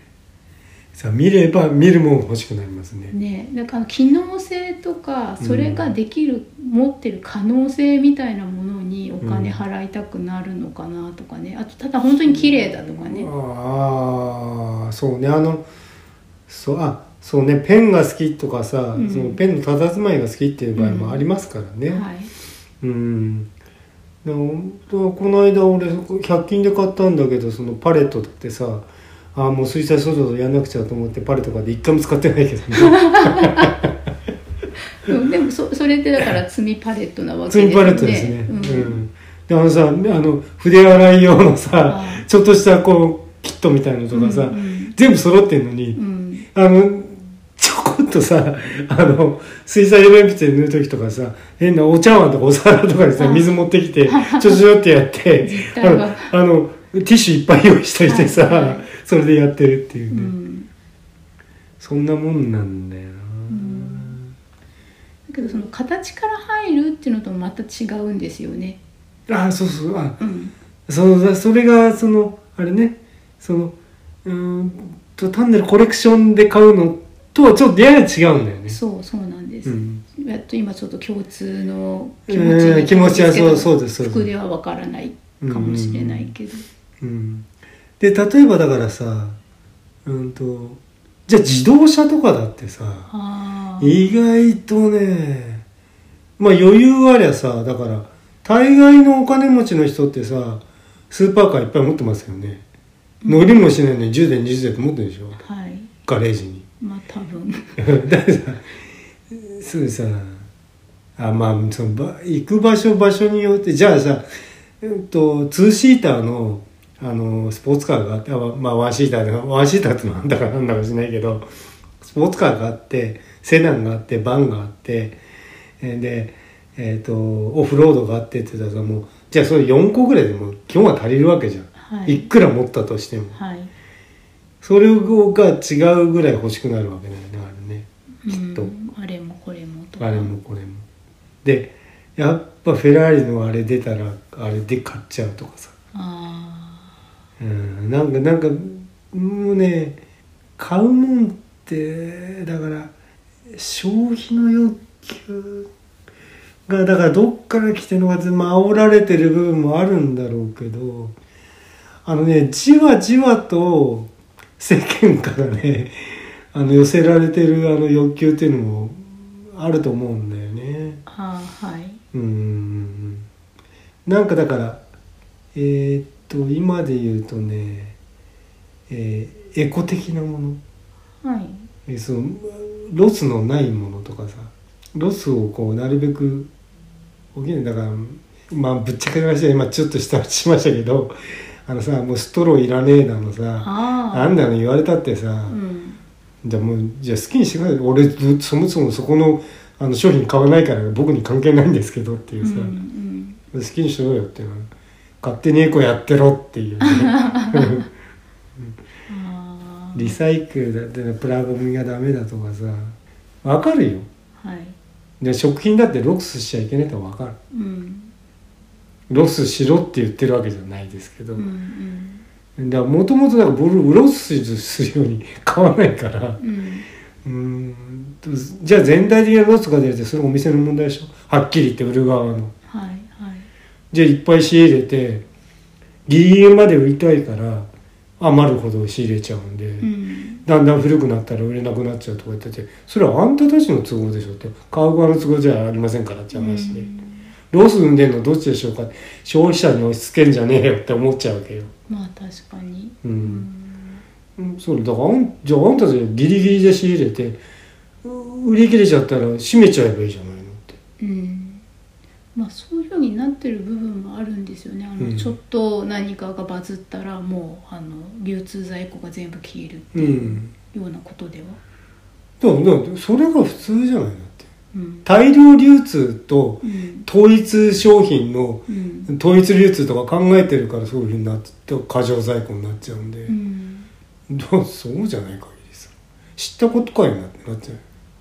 B: さあ見れば見るもん欲しくなりますね
A: ね、だから機能性とかそれができる、持ってる可能性みたいなものにお金払いたくなるのかなとかねあとただ本当に綺麗だとかね、
B: ああそうねあのそうあそうねペンが好きとかさ、
A: ん
B: そのペンの佇まいが好きっていう場合もありますからね、
A: はい、
B: うんでもこの間俺100均で買ったんだけどそのパレットだってさあーもう水彩そろそろやんなくちゃと思ってパレット買って一回も使ってないけどね
A: でもでもそそれってだ から積みパレットなわ
B: 普
A: け
B: 通
A: です
B: にパレットですね、
A: うん
B: うんであのさあの筆洗い用のさ
A: あー
B: ちょっとしたこうキットみたいなのとかさ、
A: うんうん
B: 全部揃ってんのに、
A: うん
B: あの、ちょこょっとさあの水彩色鉛筆で塗る時とかさ変なお茶碗とかお皿とかにさ
A: あ
B: 水持ってき てちょちょちょってやって
A: 実
B: あ
A: 態は
B: のあのティッシュいっぱい用意したりしてさ、
A: はいはい
B: それでやってるっていううね、
A: ん、
B: そんなもんなんだよな、
A: んだけどその形から入るっていうのとまた違うんですよね。
B: あそうそうあ
A: うん、
B: そのそれがそのあれねそのうーんと単なるコレクションで買うのとはちょっとやや違うんだよね。
A: そうそうなんです。
B: うん
A: やっと今ちょっと共通の
B: うん気持ちはそうそうですそうです
A: 服ではわからないかもしれないけど、
B: うん、で例えばだからさうんとじゃあ自動車とかだってさ
A: ああ
B: 意外とねまあ余裕ありゃさだから大概のお金持ちの人ってさスーパーカーいっぱい持ってますよね乗りもしないのに10台20台って持ってるでしょ
A: はい
B: ガレージに。
A: まあ多 分
B: だからさ そうさあまあそのば行く場所場所によってじゃあさ、うん、と2シーターのあのスポーツカーがあってあまあ1シーターで1シーターってなんだかなんだかしないけどスポーツカーがあってセダンがあってバンがあってえーで、えー、とオフロードがあってって言ったらさもうじゃあそれ4個ぐらいでも基本は足りるわけじゃん、、
A: はいい
B: くら持ったとしても
A: はい
B: それが違うぐらい欲しくなるわけだよねあれね。きっと
A: うん、あれもこれもとか
B: あれもこれもでやっぱフェラーリのあれ出たらあれで買っちゃうとかさ
A: あ
B: うんなんかなんかもうね買うもんってだから消費の欲求がだからどっから来てるのかまあ煽られてる部分もあるんだろうけどあのねじわじわと世間からねあの寄せられてるあの欲求っていうのもあると思うんだよね。
A: ーあーはい
B: うんなんかだからえーっと今で言うとね、えーエコ的なもの、
A: はい
B: えーそのロスのないものとかさロスをこうなるべく補うだからまあぶっちゃけな話は今ちょっとしたしましたけどあのさもうストローいらねえなのさ
A: ああ
B: あんなの言われたってさ、
A: うん
B: じゃあもうじゃあ好きにしてください俺ずそもそもそこのあの商品買わないから僕に関係ないんですけどっていう
A: うん
B: さ、
A: うん
B: 好きにしろよっていうの勝手にエコやってろって いう、ね、
A: あ
B: リサイクルだってプラゴミがダメだとかさわかるよ
A: あはい
B: で食品だってロスしちゃいけないってわかる
A: うん
B: ロスしろって言ってるわけじゃないですけど、
A: うんうん
B: だからもともとだから僕ロスするように 買わないから
A: うん
B: うーんとじゃあ全体的なロスが出るってそれお店の問題でしょはっきり言って売る側の
A: はいはい
B: じゃあいっぱい仕入れてギリギリまで売りたいから余るほど仕入れちゃうんで、
A: うん
B: だんだん古くなったら売れなくなっちゃうとか言っててそれはあんたたちの都合でしょって買う側の都合じゃありませんからって話で、
A: うん
B: ロス生んでんのどっちでしょうか消費者に押し付けんじゃねえよって思っちゃうわけよ、
A: まあ確かに
B: う
A: うんん
B: うん、それだからあんじゃああんたたちギリギリで仕入れてう売り切れちゃったら閉めちゃえばいいじゃないのって
A: うんまあそういうふうになってる部分もあるんですよねあの、
B: うん
A: ちょっと何かがバズったらもうあの流通在庫が全部消えるって
B: う
A: いうんようなことでは、
B: だからだからそれが普通じゃないのって
A: うん
B: 大量流通と
A: うん
B: 統一商品の
A: うん
B: 統一流通とか考えてるからそういうふうになって過剰在庫になっちゃうんで、
A: うん、
B: どうそうじゃない限りさ知ったことかいなってなっちゃう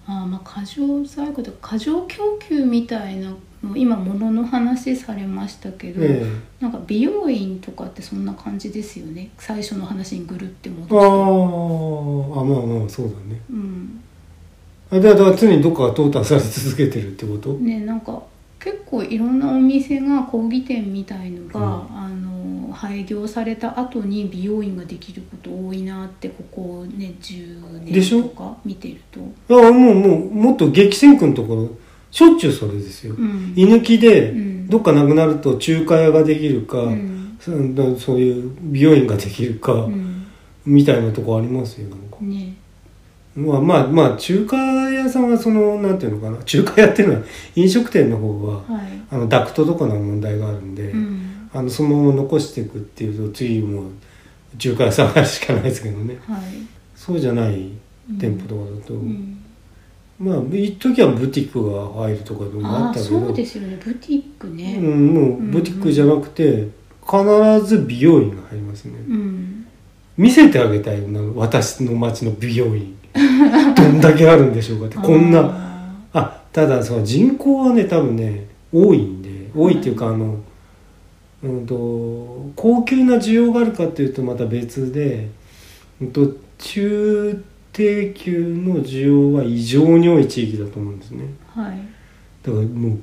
A: ああまあ過剰在庫とか過剰供給みたいなの今物の話されましたけど、
B: え
A: なんか美容院とかってそんな感じですよね最初の話にぐるって戻
B: あー
A: して。
B: あまあまあそうだね
A: うん
B: あだから常にどっかが淘汰され続けてるってこと、
A: ねなんか結構いろんなお店が講義店みたいのが、
B: うん
A: あの廃業された後に美容院ができること多いなってここね10
B: でしょ
A: 年とか見てると
B: あもうもうもっと激戦区のところしょっちゅうそれですよ、
A: うん
B: 居抜き
A: う
B: で
A: ん
B: どっかなくなると中華屋ができるか、
A: うん
B: そのそういう美容院ができるか、
A: うん
B: みたいなとこありますよなんか
A: ね
B: まあまあまあ中華屋さんはそのなんていうのかな中華屋っていうのは飲食店の方は
A: はい
B: あのダクトとかの問題があるんで、
A: うん
B: あのそのまま残していくっていうと次もう中華屋さんがあるしかないですけどね
A: はい
B: そうじゃない
A: うん
B: 店舗とかだと、
A: うん
B: まあ一時はブティックが入るとかでも
A: あ
B: あっ
A: あ
B: たけど
A: そうですよねブティック
B: う
A: ね
B: ん、もうブティックじゃなくて必ず美容院が入りますね、
A: うん、
B: 見せてあげたいな私の町の美 容院どんだけあるんでしょうかってこんな
A: な
B: あただその人口はね多分ね多いんで多いっていうかあの、うん、と高級な需要があるかっていうとまた別で、うん、と中低級の需要は異常に多い地域だと思うんですね
A: はい
B: だからもう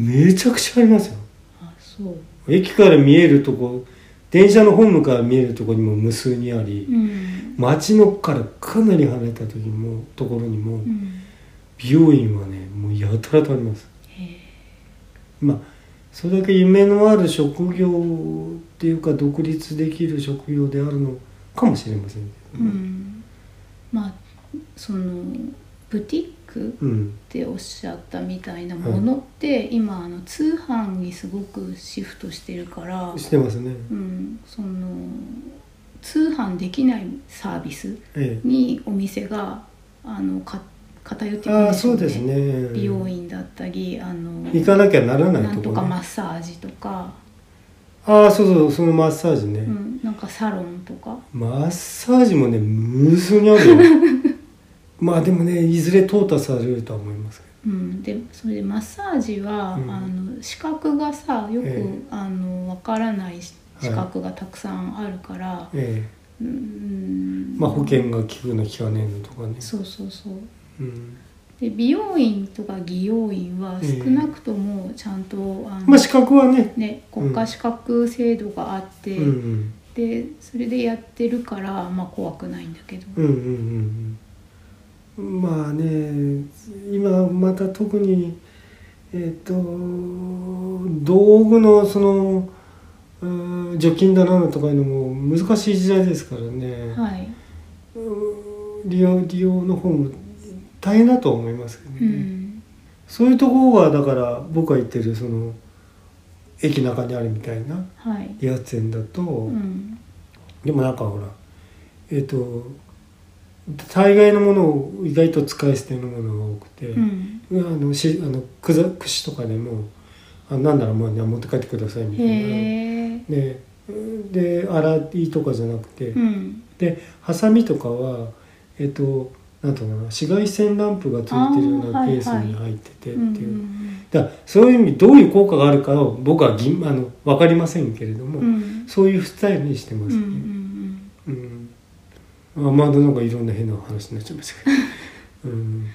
B: めちゃくちゃありますよ
A: あそう
B: 駅から見えるとこ電車のホームから見えるとこにも無数にあり、
A: うん、
B: 街のからかなり離れた時もところにも、
A: うん、
B: 美容院はねもうやたらとあります
A: へ
B: まあそれだけ夢のある職業っていうか独立できる職業であるのかもしれませんけ
A: え
B: ど
A: う
B: ね
A: んまあそのブティック
B: うん
A: っておっしゃったみたいなものって、今あの通販にすごくシフトしてるから、
B: してますね
A: うん、その通販できないサービス
B: え
A: にお店があのか偏って
B: え
A: いくん
B: ああ
A: でし
B: そ
A: ょう
B: う
A: ね
B: ですね
A: 美容院だったりあの
B: 行かなきゃなら
A: な
B: ない
A: ん
B: と
A: と
B: こ
A: か
B: ね
A: マッサージとか、
B: ああそうそうそのマッサージね、
A: うん、なんかサロンとか
B: マッサージもね無数にあるよ まあでもねいずれ淘汰されるとは思いますけ
A: うん、でそれでマッサージは、
B: うん
A: あの資格がさよく、
B: ええ
A: あのわからない資格がたくさんあるから、
B: どえ
A: う
B: え
A: ん
B: まあ保険が効くの効かねえのとかね
A: そうそうそう
B: うん
A: で美容院とか美容院は
B: ええ
A: 少なくともちゃんと、あの
B: まあ資格はね
A: ね、国家資格制度があって、
B: うんうん
A: でそれでやってるから、まあ、怖くないんだけど、
B: うんうんうんうんまあね今また特にえっ、と道具のそのうん除菌だなんだとかいうのも難しい時代ですからね、
A: はい、
B: うん利用利用の方も大変だとは思いますけどね、
A: うん、
B: そういうところがだから僕が言ってるその駅の中にあるみたいな
A: はい、
B: やつ園だと、
A: うん、
B: でもなんかほらえっ、と大概のものを意外と使い捨てのものが多くて、
A: うん、
B: あのしあのくざ串とかでもあなんならもうね持って帰ってくださいみたいな。
A: へえ、
B: でで洗いとかじゃなくて、
A: うん、
B: でハサミとかはえっ、となんとかな紫外線ランプがついてるよう
A: あーは
B: ないケースに入っててっていうう。
A: んうん
B: だからそういう意味どういう効果があるかを僕はぎんあの分かりませんけれども、
A: うん、うん
B: そういうスタイルにしてま
A: うんう
B: すね。
A: ん
B: うん、あまだなんかいろんな変な話になっちゃいましたけど、うん、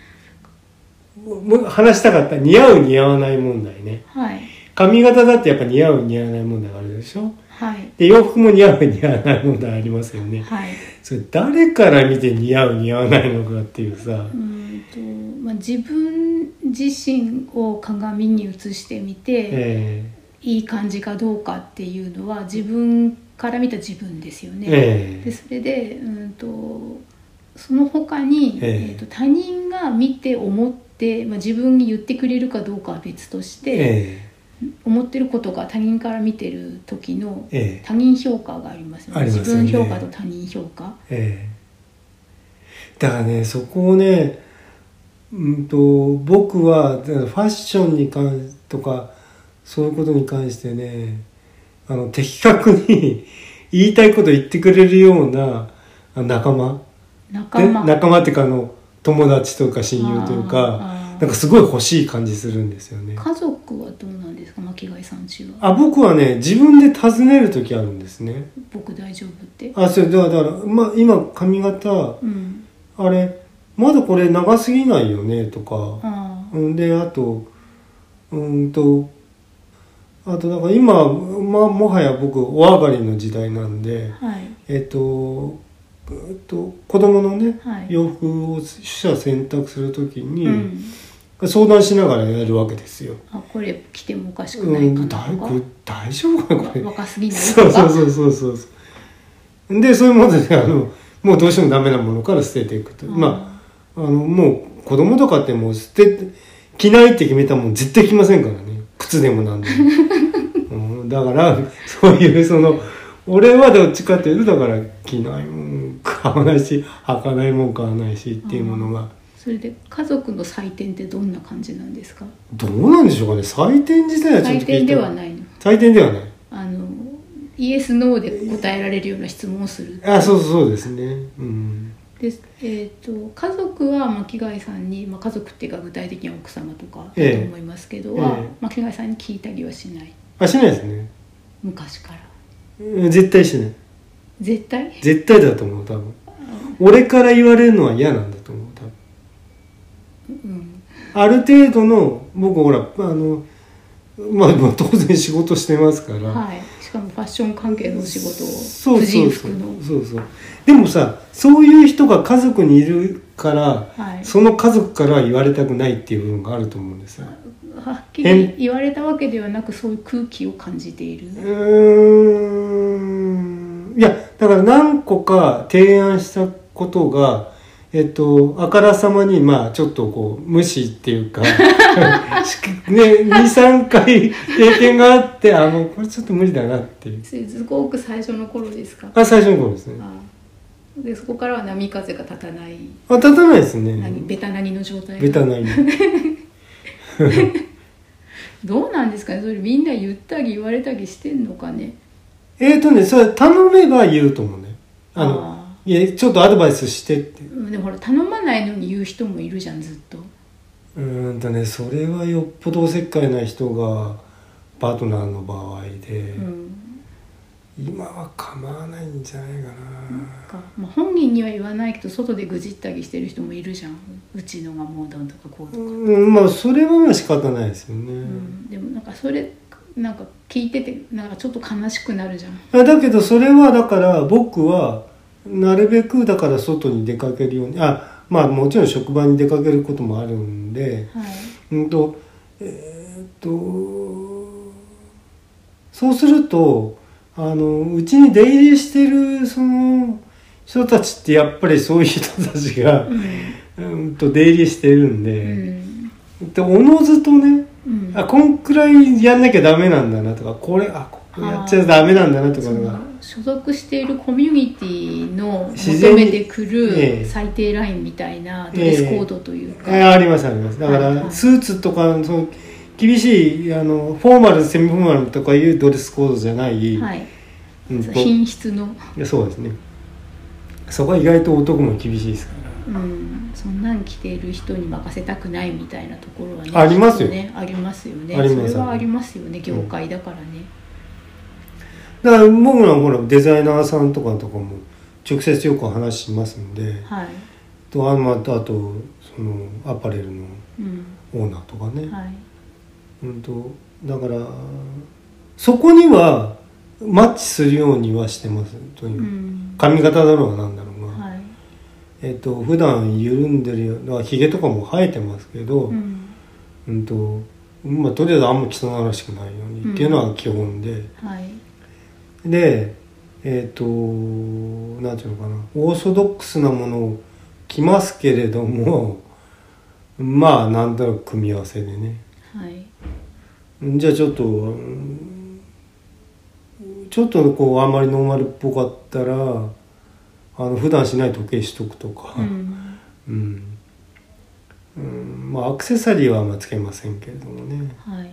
B: もうもう話したかった似合う似合わない問題ね
A: はい
B: 髪型だってやっぱ似合う似合わない問題があるでしょ
A: はい
B: で洋服も似合う似合わない問題ありますよね
A: はい
B: それ誰から見て似合う似合わないのかっていうさ
A: う、んと、まあ、自分自身を鏡に映してみて、
B: え
A: いい感じかどうかっていうのは自分から見た自分ですよ
B: え
A: ね、
B: え
A: で
B: え
A: それでうんとその他に、え
B: ええ
A: ーと他人が見て思って、まあ、自分に言ってくれるかどうかは別として、
B: え
A: 思ってることが他人から見てる時の
B: ええ
A: 他人評価がありますよね
B: あります
A: 自
B: よね
A: 分評価と他人評価
B: ええだからねそこをねうんと僕はだからファッションに関しとかそういうことに関してねあの的確に 言いたいこと言ってくれるようなあ仲間
A: 仲
B: で
A: 間
B: 仲間っていうかあの友達とか親友というか
A: あーあー
B: なんかすごい欲しい感じするんですよね。
A: 家族はどうなんですか巻貝さんちは
B: あ僕はね自分で尋ねる時あるんですね。
A: 僕大丈夫って
B: あそれだからだから、まあ、今髪型
A: うん
B: あれまだこれ長すぎないよねとか、
A: あ
B: うん、であとうーんとあとなんか今、まあ、もはや僕お上がりの時代なんで
A: あはい
B: えっと,、えっと子供のね、
A: はい
B: 洋服を取捨選択するときに、
A: うん
B: 相談しながらやるわけですよ。
A: あこれ来てもおかしく
B: う
A: ないか
B: ん、
A: な
B: だ
A: と
B: い
A: か、
B: これ大丈夫かこれ
A: わ若すぎないと
B: そう
A: か
B: そうそうそうそうそうでそういうものであのもうどうしてもダメなものから捨てていくと、
A: うん
B: まああのもう子供とかってもう捨て着ないって決めたらもん絶対着ませんからね靴でもなんで も、うん、だからそういうその俺はどっちかっていうとだから着ないもん買わないし履かないもん買わないしっていうものが
A: それで家族の採点ってどんな感じなんですか
B: どうなんでしょうかね採点自体はちょっ
A: 採
B: と聞
A: 点
B: い
A: で
B: て
A: はいないの
B: 採点ではない
A: あのイエス・ノーで答えられるような質問をする
B: あそうそうそうですねうん
A: で、えー、と家族は巻貝さんに、まあ、家族っていうか具体的には奥様とかだ
B: ええ
A: と思いますけど、
B: ええ
A: は巻貝さんに聞いたりはしない
B: あしないですね
A: 昔から
B: うん絶対しない
A: 絶対
B: 絶対だと思う多分俺から言われるのは嫌なんだと思う多分
A: うん
B: ある程度の僕ほらあのまあまあ当然仕事してますから、
A: はいしかもファッション関係のお仕事を
B: そう
A: 婦
B: そ
A: 人
B: うそ
A: 服
B: う
A: の
B: そうそうでもさそういう人が家族にいるから、
A: はい
B: その家族からは言われたくないっていう部分があると思うんですよ
A: はっきり
B: 変
A: 言われたわけではなくそういう空気を感じている
B: うーんいやだから何個か提案したことがえっとあからさまにまあちょっとこう無視っていうかね23回経験があってあもうこれちょっと無理だなっていう
A: それすごく最初の頃ですか
B: あ最初の頃ですね
A: あでそこからは波風が立たない
B: あ立たないです
A: 何
B: ね
A: ベタなぎの状態
B: ベタ
A: が
B: ない
A: どうなんですかねそれみんな言ったり言われたりしてんのかね
B: えっとねそれ頼めば言うと思うねあの
A: あ
B: いやちょっとアドバイスしてって
A: うんでもほら頼まないのに言う人もいるじゃんずっと
B: うーんとねそれはよっぽどおせっかいな人がパートナーの場合で、
A: うん
B: 今は構わないんじゃないかな、
A: かまあ、本人には言わないけど外でぐじったりしてる人もいるじゃんうちのがもうどんとかこうと
B: う
A: か、
B: ん、まあそれはまあ仕方ないですよね、
A: うんでもなんかそれなんか聞いててなんかちょっと悲しくなるじゃん
B: あだけどそれはだから僕はなるべくだから外に出かけるようにあまあもちろん職場に出かけることもあるんで
A: はい
B: うんとえーっとそうするとあのうちに出入りしてるその人たちってやっぱりそういう人たちが
A: う、ん
B: うん、と出入りしてるん
A: う
B: で、
A: ん
B: でおのずとね
A: うん
B: あこんくらいやんなきゃダメなんだなとかこれあここやっちゃダメなんだなとか
A: そ
B: が
A: の所属しているコミュニティの
B: 自然
A: 求
B: に
A: めてく
B: ええ
A: る最低ラインみたいなドレスコードというか、
B: あありますありますだか
A: はいは
B: ら
A: い
B: スーツとかその厳しいあのフォーマルセミフォーマルとかいうドレスコードじゃない、
A: はい、
B: うんと
A: 品質の、
B: いやそうですねそこは意外と男も厳しいですか
A: うん、そんなん着ている人に任せたくないみたいなところはね
B: ありますよ
A: きっとねありますよね
B: あります
A: それはありますよね業界だからね、
B: らだから僕らほらデザイナーさんとかとかも直接よく話しますんで
A: はい、
B: とあ,、まあ、あとそのアパレルの
A: うん
B: オーナーとかね、
A: はい、
B: うんとだからそこにはマッチするようにはしてますというう、
A: ん
B: 髪型だろうがなんだろうが、
A: はい
B: えっと普段緩んでるようなひげとかも生えてますけど、
A: うん
B: うんとまあ、とりあえずあんま基礎ならしくないようにっていうのは基本で、
A: はい
B: でえっ、となんていうのかなオーソドックスなものを着ますけれども まあなんとなく組み合わせでね
A: はい
B: じゃあちょっとうんちょっとこうあんまりノーマルっぽかったらあの普段しない時計しとくとか
A: うん
B: うん、うんまあアクセサリーはあんまつけませんけれどもね
A: はい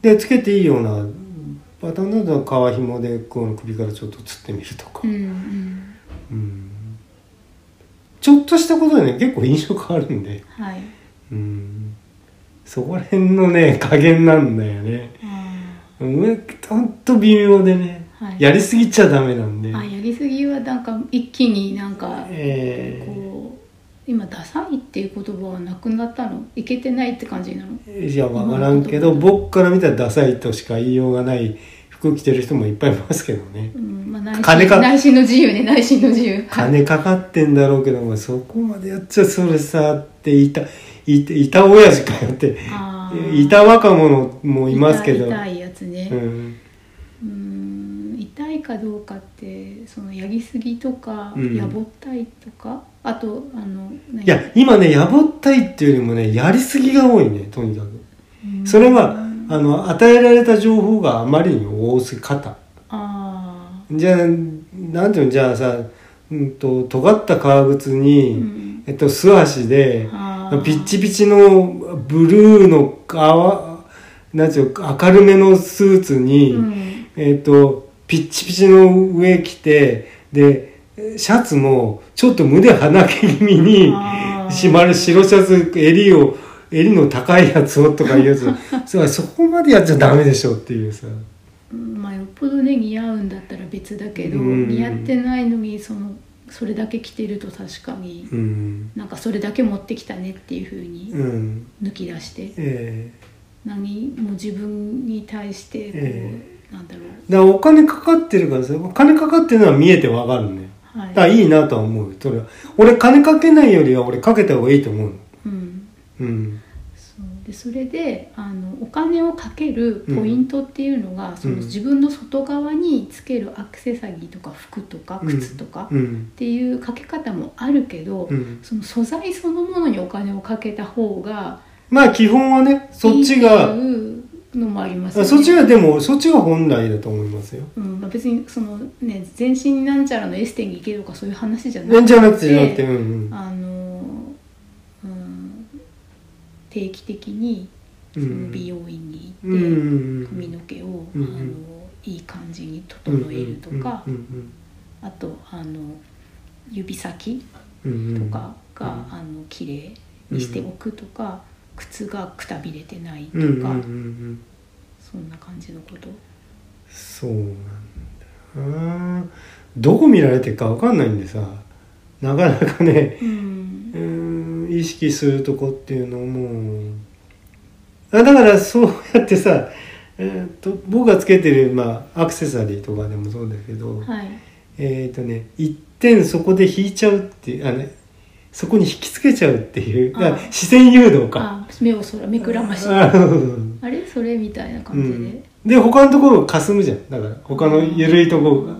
B: でつけていいようなパターンだと革紐でこの首からちょっとつってみるとか、
A: うんうん
B: うんちょっとしたことでね結構印象変わるんで、
A: はい
B: うん、そこら辺のね加減なんだよね
A: あ
B: うんほんと微妙でね、
A: ーはい
B: やりすぎちゃダメなんで
A: あやりすぎはなんか一気になんか
B: え
A: こう今ダサいっていう言葉はなくなったのいけてないって感じなの
B: ー、いやわからんけど僕から見たらダサいとしか言いようがない服着てる人もいっぱいいますけどね
A: うんまあ、内
B: 金
A: 心
B: か
A: 内心の自由ね内心の自由
B: 金かかってんだろうけど、まあ、そこまでやっちゃそれさっていたいたいた親父かよって
A: あ
B: いた若者もいますけど
A: 痛いやつね
B: う、ん、
A: うーん、痛いかどうかってそのやりすぎとか、
B: うん
A: やぼったいとかあとあの何
B: いや今ねやぼったいっていうよりもねやりすぎが多いねとにかく
A: うん
B: それはあの与えられた情報があまりに多すぎ方
A: あ
B: じゃあなんていうのじゃあさ、うん、と尖った革靴
A: ー、う
B: に、
A: ん、
B: えっと、素足で
A: ああー
B: ピッチピチのブルーのあなんていうか明るめのスーツに、
A: うん
B: えっ、とピッチピチの上着てでシャツもちょっと胸鼻毛気味に
A: あー
B: 締まる白シャツ襟を襟の高いやつをとかいうや つそうそこまでやっちゃダメでしょっていうさ。
A: うんまあよっぽどね似合うんだったら別だけど、
B: うん
A: 似合ってないのにそのそれだけ着てると確かに、
B: うん
A: なんかそれだけ持ってきたねっていうふうに
B: うん
A: 抜き出して、
B: ええ
A: 何も自分に対してこう、
B: え
A: なんだろう
B: だからお金かかってるからさお金かかってるのは見えてわかるね
A: は
B: だ
A: い
B: からいいなとは思うよそれは俺金かけないよりは俺かけた方がいいと思うの
A: うん、
B: うん
A: そうでそれであのお金をかけるポイントっていうのが、その自分の外側につけるアクセサリーとか服とか靴とか
B: う
A: っ
B: ん
A: ていうかけ方もあるけど、
B: うん
A: その素材そのものにお金をかけた方が
B: まあ基本はねそっちが
A: いいっていうのもあります
B: あそっちがでもそっちが本来だと思いますよ
A: うんまあ、別にそのね全身なんちゃらのエステに行けるとかそういう話じゃなくて
B: じゃなくてじゃなくてうん
A: あのうん、定期的に
B: う
A: その
B: ん
A: 美容院に
B: う
A: 行
B: ん
A: っ
B: う
A: て、
B: ん
A: 髪の毛を、
B: うんう
A: あ
B: ん
A: のいい感じに整えるとか、
B: うん
A: あとあの指先
B: うんうん
A: と
B: うん
A: かが、
B: うん
A: あの綺麗にしておくとか、靴がくたびれてないとか、
B: うんうんうんうん
A: そんな感じのこと。
B: そうなんだよなどこ見られてるかわかんないんでさなかなかね
A: うん
B: うーん意識するとこっていうのもあだからそうやってさ、えー、と僕がつけてる、まあ、アクセサリーとかでもそうだけど、
A: はい、
B: えっ、とね一点そこで引いちゃうっていうあ、ね、そこに引きつけちゃうっていう
A: あ
B: あ視線誘導か。
A: あ目をそら目くらまし
B: あそうそうそう
A: あれそれみたいな感
B: う
A: じで、
B: ん、で他のところがかすむじゃんだから他の緩いところが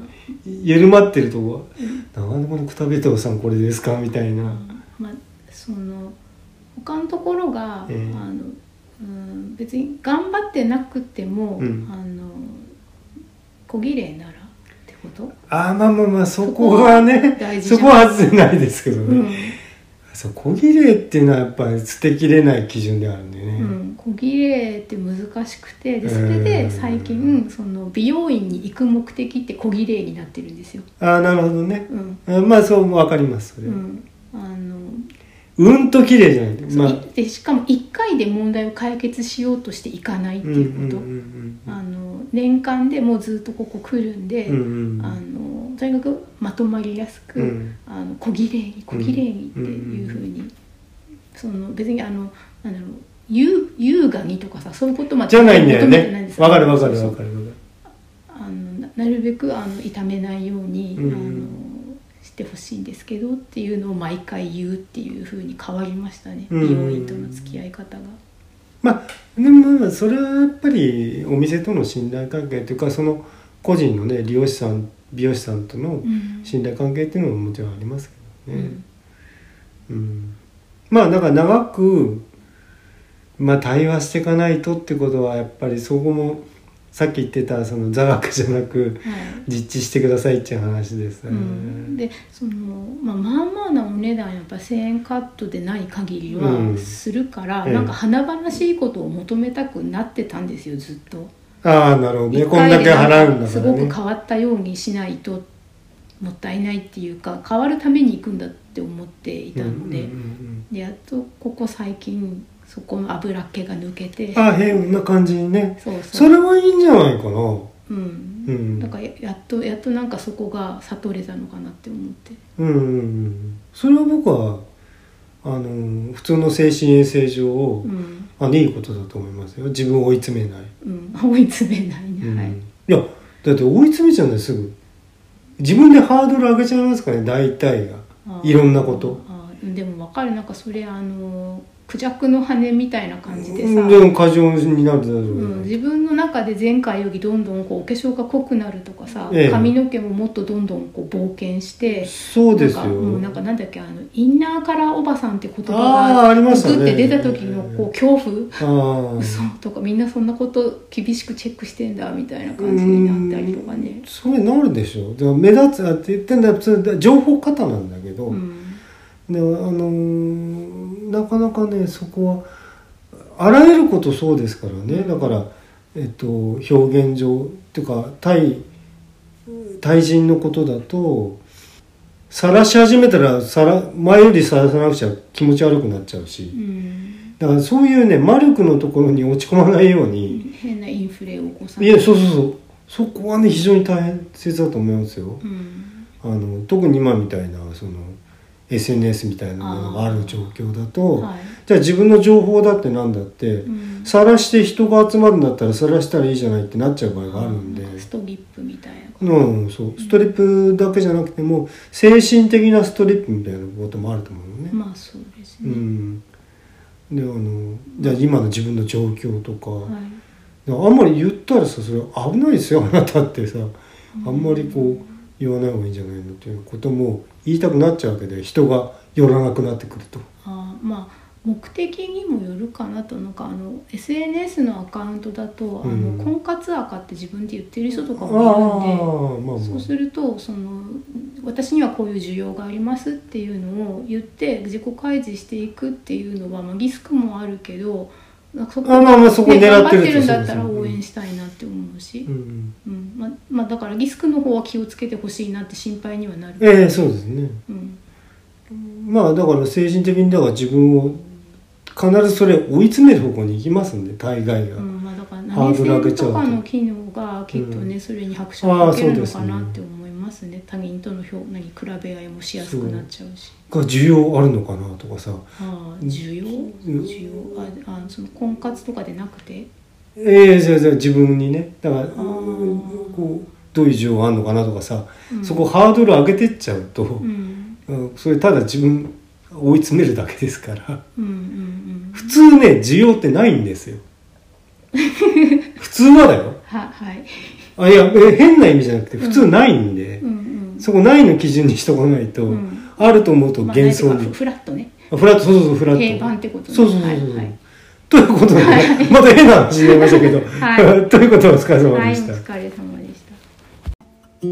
B: 緩まってるところが「なんでこのくたべとうさんこれですか?」みたいな
A: まあ、その他のところが、
B: ええ
A: あのうん別に頑張ってなくても、
B: うん
A: あの小綺麗ならってこと、
B: あーまあまあまあそこはね
A: 大事じゃ
B: そ
A: ん
B: こは外せないですけど
A: うん
B: ね、そう小切れっていうのはやっぱり捨てきれない基準であるんでね、
A: うん、小綺麗って難しくてでそれで最近その美容院に行く目的って小綺麗になってるんですよ。
B: ああなるほどね
A: うん
B: あまあそうわかりますそれ、
A: う
B: うん、
A: んあの
B: と綺麗じゃない
A: そう
B: まあ
A: いでしかも1回で問題を解決しようとしていかないって
B: うん
A: いうこと、
B: うん
A: あの年間でもうずっとここ来るんで、
B: うんうん
A: あのとにかくまとまりやすく、
B: うん
A: あの小綺麗に小綺麗にっていうふうに、その別にあのなんだろう優優雅にとかさそういうことまで
B: じゃないんだよ
A: 求めてないん
B: ね
A: です
B: わかるわかる
A: そうそ
B: わ
A: う
B: かるわかる
A: あのななるべくあの痛めないように、
B: うん
A: あのしてほしいんですけどっていうのを毎回言うっていうふうに変わりましたね、
B: うん
A: 美容院との付き合い方が。
B: まあでもまあそれはやっぱりお店との信頼関係というかその個人のね利用師さん美容師さんとの
A: うん
B: 信頼関係っていうのももちろんありますけど
A: う
B: ね、
A: ん
B: うんまあだから長く、まあ、対話していかないとってことはやっぱりそこもさっき言ってたその座学じゃなく
A: はい
B: 実地してくださいっていう話ですね、
A: うん、でその、まあ、まあまあなお値段やっぱ1,000円カットでない限り
B: うん
A: はするから、
B: ええ
A: なんか華々しいことを求めたくなってたんですよずっと。
B: ああなるほどね
A: 一
B: こん
A: 回
B: だ
A: で
B: け払うんだか
A: す
B: ら
A: ごく
B: ね
A: 変わったようにしないともったいないっていうか変わるために行くんだって思っていたので,、
B: うんうんうん
A: でやっとここ最近そこの油っ気が抜けて
B: うんああへえこんな感じにね
A: そうそ
B: そうれはいいんじゃないかな
A: う、
B: うんん
A: なんかややっとやっとなんかそこが悟れたのかなって思って。
B: うんうんうんそれは僕はあの普通の精神衛生上、
A: うん
B: あのいいことだと思いますよ自分を追い詰めない、
A: うん、追い詰めない
B: うん
A: ね、はい
B: い、やだって追い詰めちゃうんだよすぐ自分でハードル上げちゃいますからね大体が
A: あー
B: いろんなこと
A: あーでもわかるなんかそれあのクジャクの羽みたいな感じでさ、
B: うんでも過剰になるだろう
A: う
B: よ、
A: ん、自分の中で前回よりどんどんこうお化粧が濃くなるとかさ、
B: ええ
A: 髪の毛ももっとどんどんこう冒険して
B: そうですよ
A: なんか,、うん、なんかなんだっけあのインナーカラーおばさんって言葉
B: あー
A: が
B: ありましたね
A: グって出た時のこう恐怖
B: あー
A: 嘘とかみんなそんなこと厳しくチェックしてんだみたいな感じになったりとかね。
B: それなるでしょでも目立つあって言ってんだ普通情報過多なんだけど、
A: うん
B: であのーなかなかねそこはあらゆることそうですからねだから、えっと、表現上っていうか対対人のことだと晒し始めたらさら前より晒さなくちゃ気持ち悪くなっちゃう
A: う
B: し
A: ん
B: だからそういうね魔力のところに落ち込まないように。
A: 変なインフレを起こさない
B: いやそうそうそうそこはね非常に大切だと思いますよ
A: うん
B: あの特に今みたいなその SNS みたいなものがある状況だと、
A: はい
B: じゃあ自分の情報だってなんだって
A: うん
B: 晒、して人が集まるんだったら晒したらいいじゃないってなっちゃう場合があるんで、
A: なんかストギップみたいな
B: うん、そうストリップだけじゃなくても精神的なストリップみたいなこともあると思うのね、
A: まあそうです
B: う
A: ね、
B: んであのじゃあ今の自分の状況とか、
A: はい
B: だからあんまり言ったらさそれ危ないですよあなたってさあんまりこう言わない方がいいんじゃないのっていうことも言いたくなっちゃうわけで人が寄らなくなってくると。
A: あーまあ目的にもよるかなとなんかあの SNS のアカウントだと、
B: うん
A: あの婚活赤って自分で言ってる人と
B: あ
A: か
B: あ
A: もいるんで
B: まあまあ
A: そうするとその私にはこういう需要がありますっていうのを言って自己開示していくっていうのは、まあ、リスクもあるけどなんかそこ
B: あまあまあそこ狙ってる
A: 頑張ってるんだったら
B: そうそうそう
A: 応援したいなって思うし
B: う、ん、
A: うんまあまあ、だからリスクの方は気をつけてほしいなって心配にはなる。
B: ええそうですね
A: うん
B: まあだから精神的にだから自分を必ずそれを追い詰める方向に行きますんで大概が、
A: うんまあ、だから
B: ハー
A: 何
B: ドル上げ
A: 線
B: ちゃ
A: と
B: うと
A: かの機能がきっとね、
B: う
A: それに拍車をかけるのかな
B: あーそうですね
A: って思いますね他人との表何比べ合いもしやすくなっちゃうし
B: が需要あるのかなとかさ
A: ああ需要
B: ん
A: 需要ああその婚活とかでなくて
B: ええじゃあじゃあ自分にねだからうん
A: ー
B: こうどういう需要があるのかなとかさ、
A: うん
B: そこハードル上げてっちゃうと、
A: うん
B: うんそれただ自分を追い詰めるだけですから
A: うんうんうん
B: 普通ね需要ってない んですよ普通はだよ
A: ははい
B: あいやえ変な意味じゃなくて普通ないんで、
A: うんうん
B: そこないの基準にしとかないと、
A: うん
B: あると思うと
A: まあ
B: 幻想
A: なんていう
B: に
A: か、フラットね
B: あフラットそうそうそうフラット
A: 平凡ってことね
B: そうそうそうそう、
A: はいはい
B: ということで、また変な話になりましたけど、
A: は
B: ということでお疲れ様
A: はい
B: で
A: お
B: した。
A: 疲れ様でした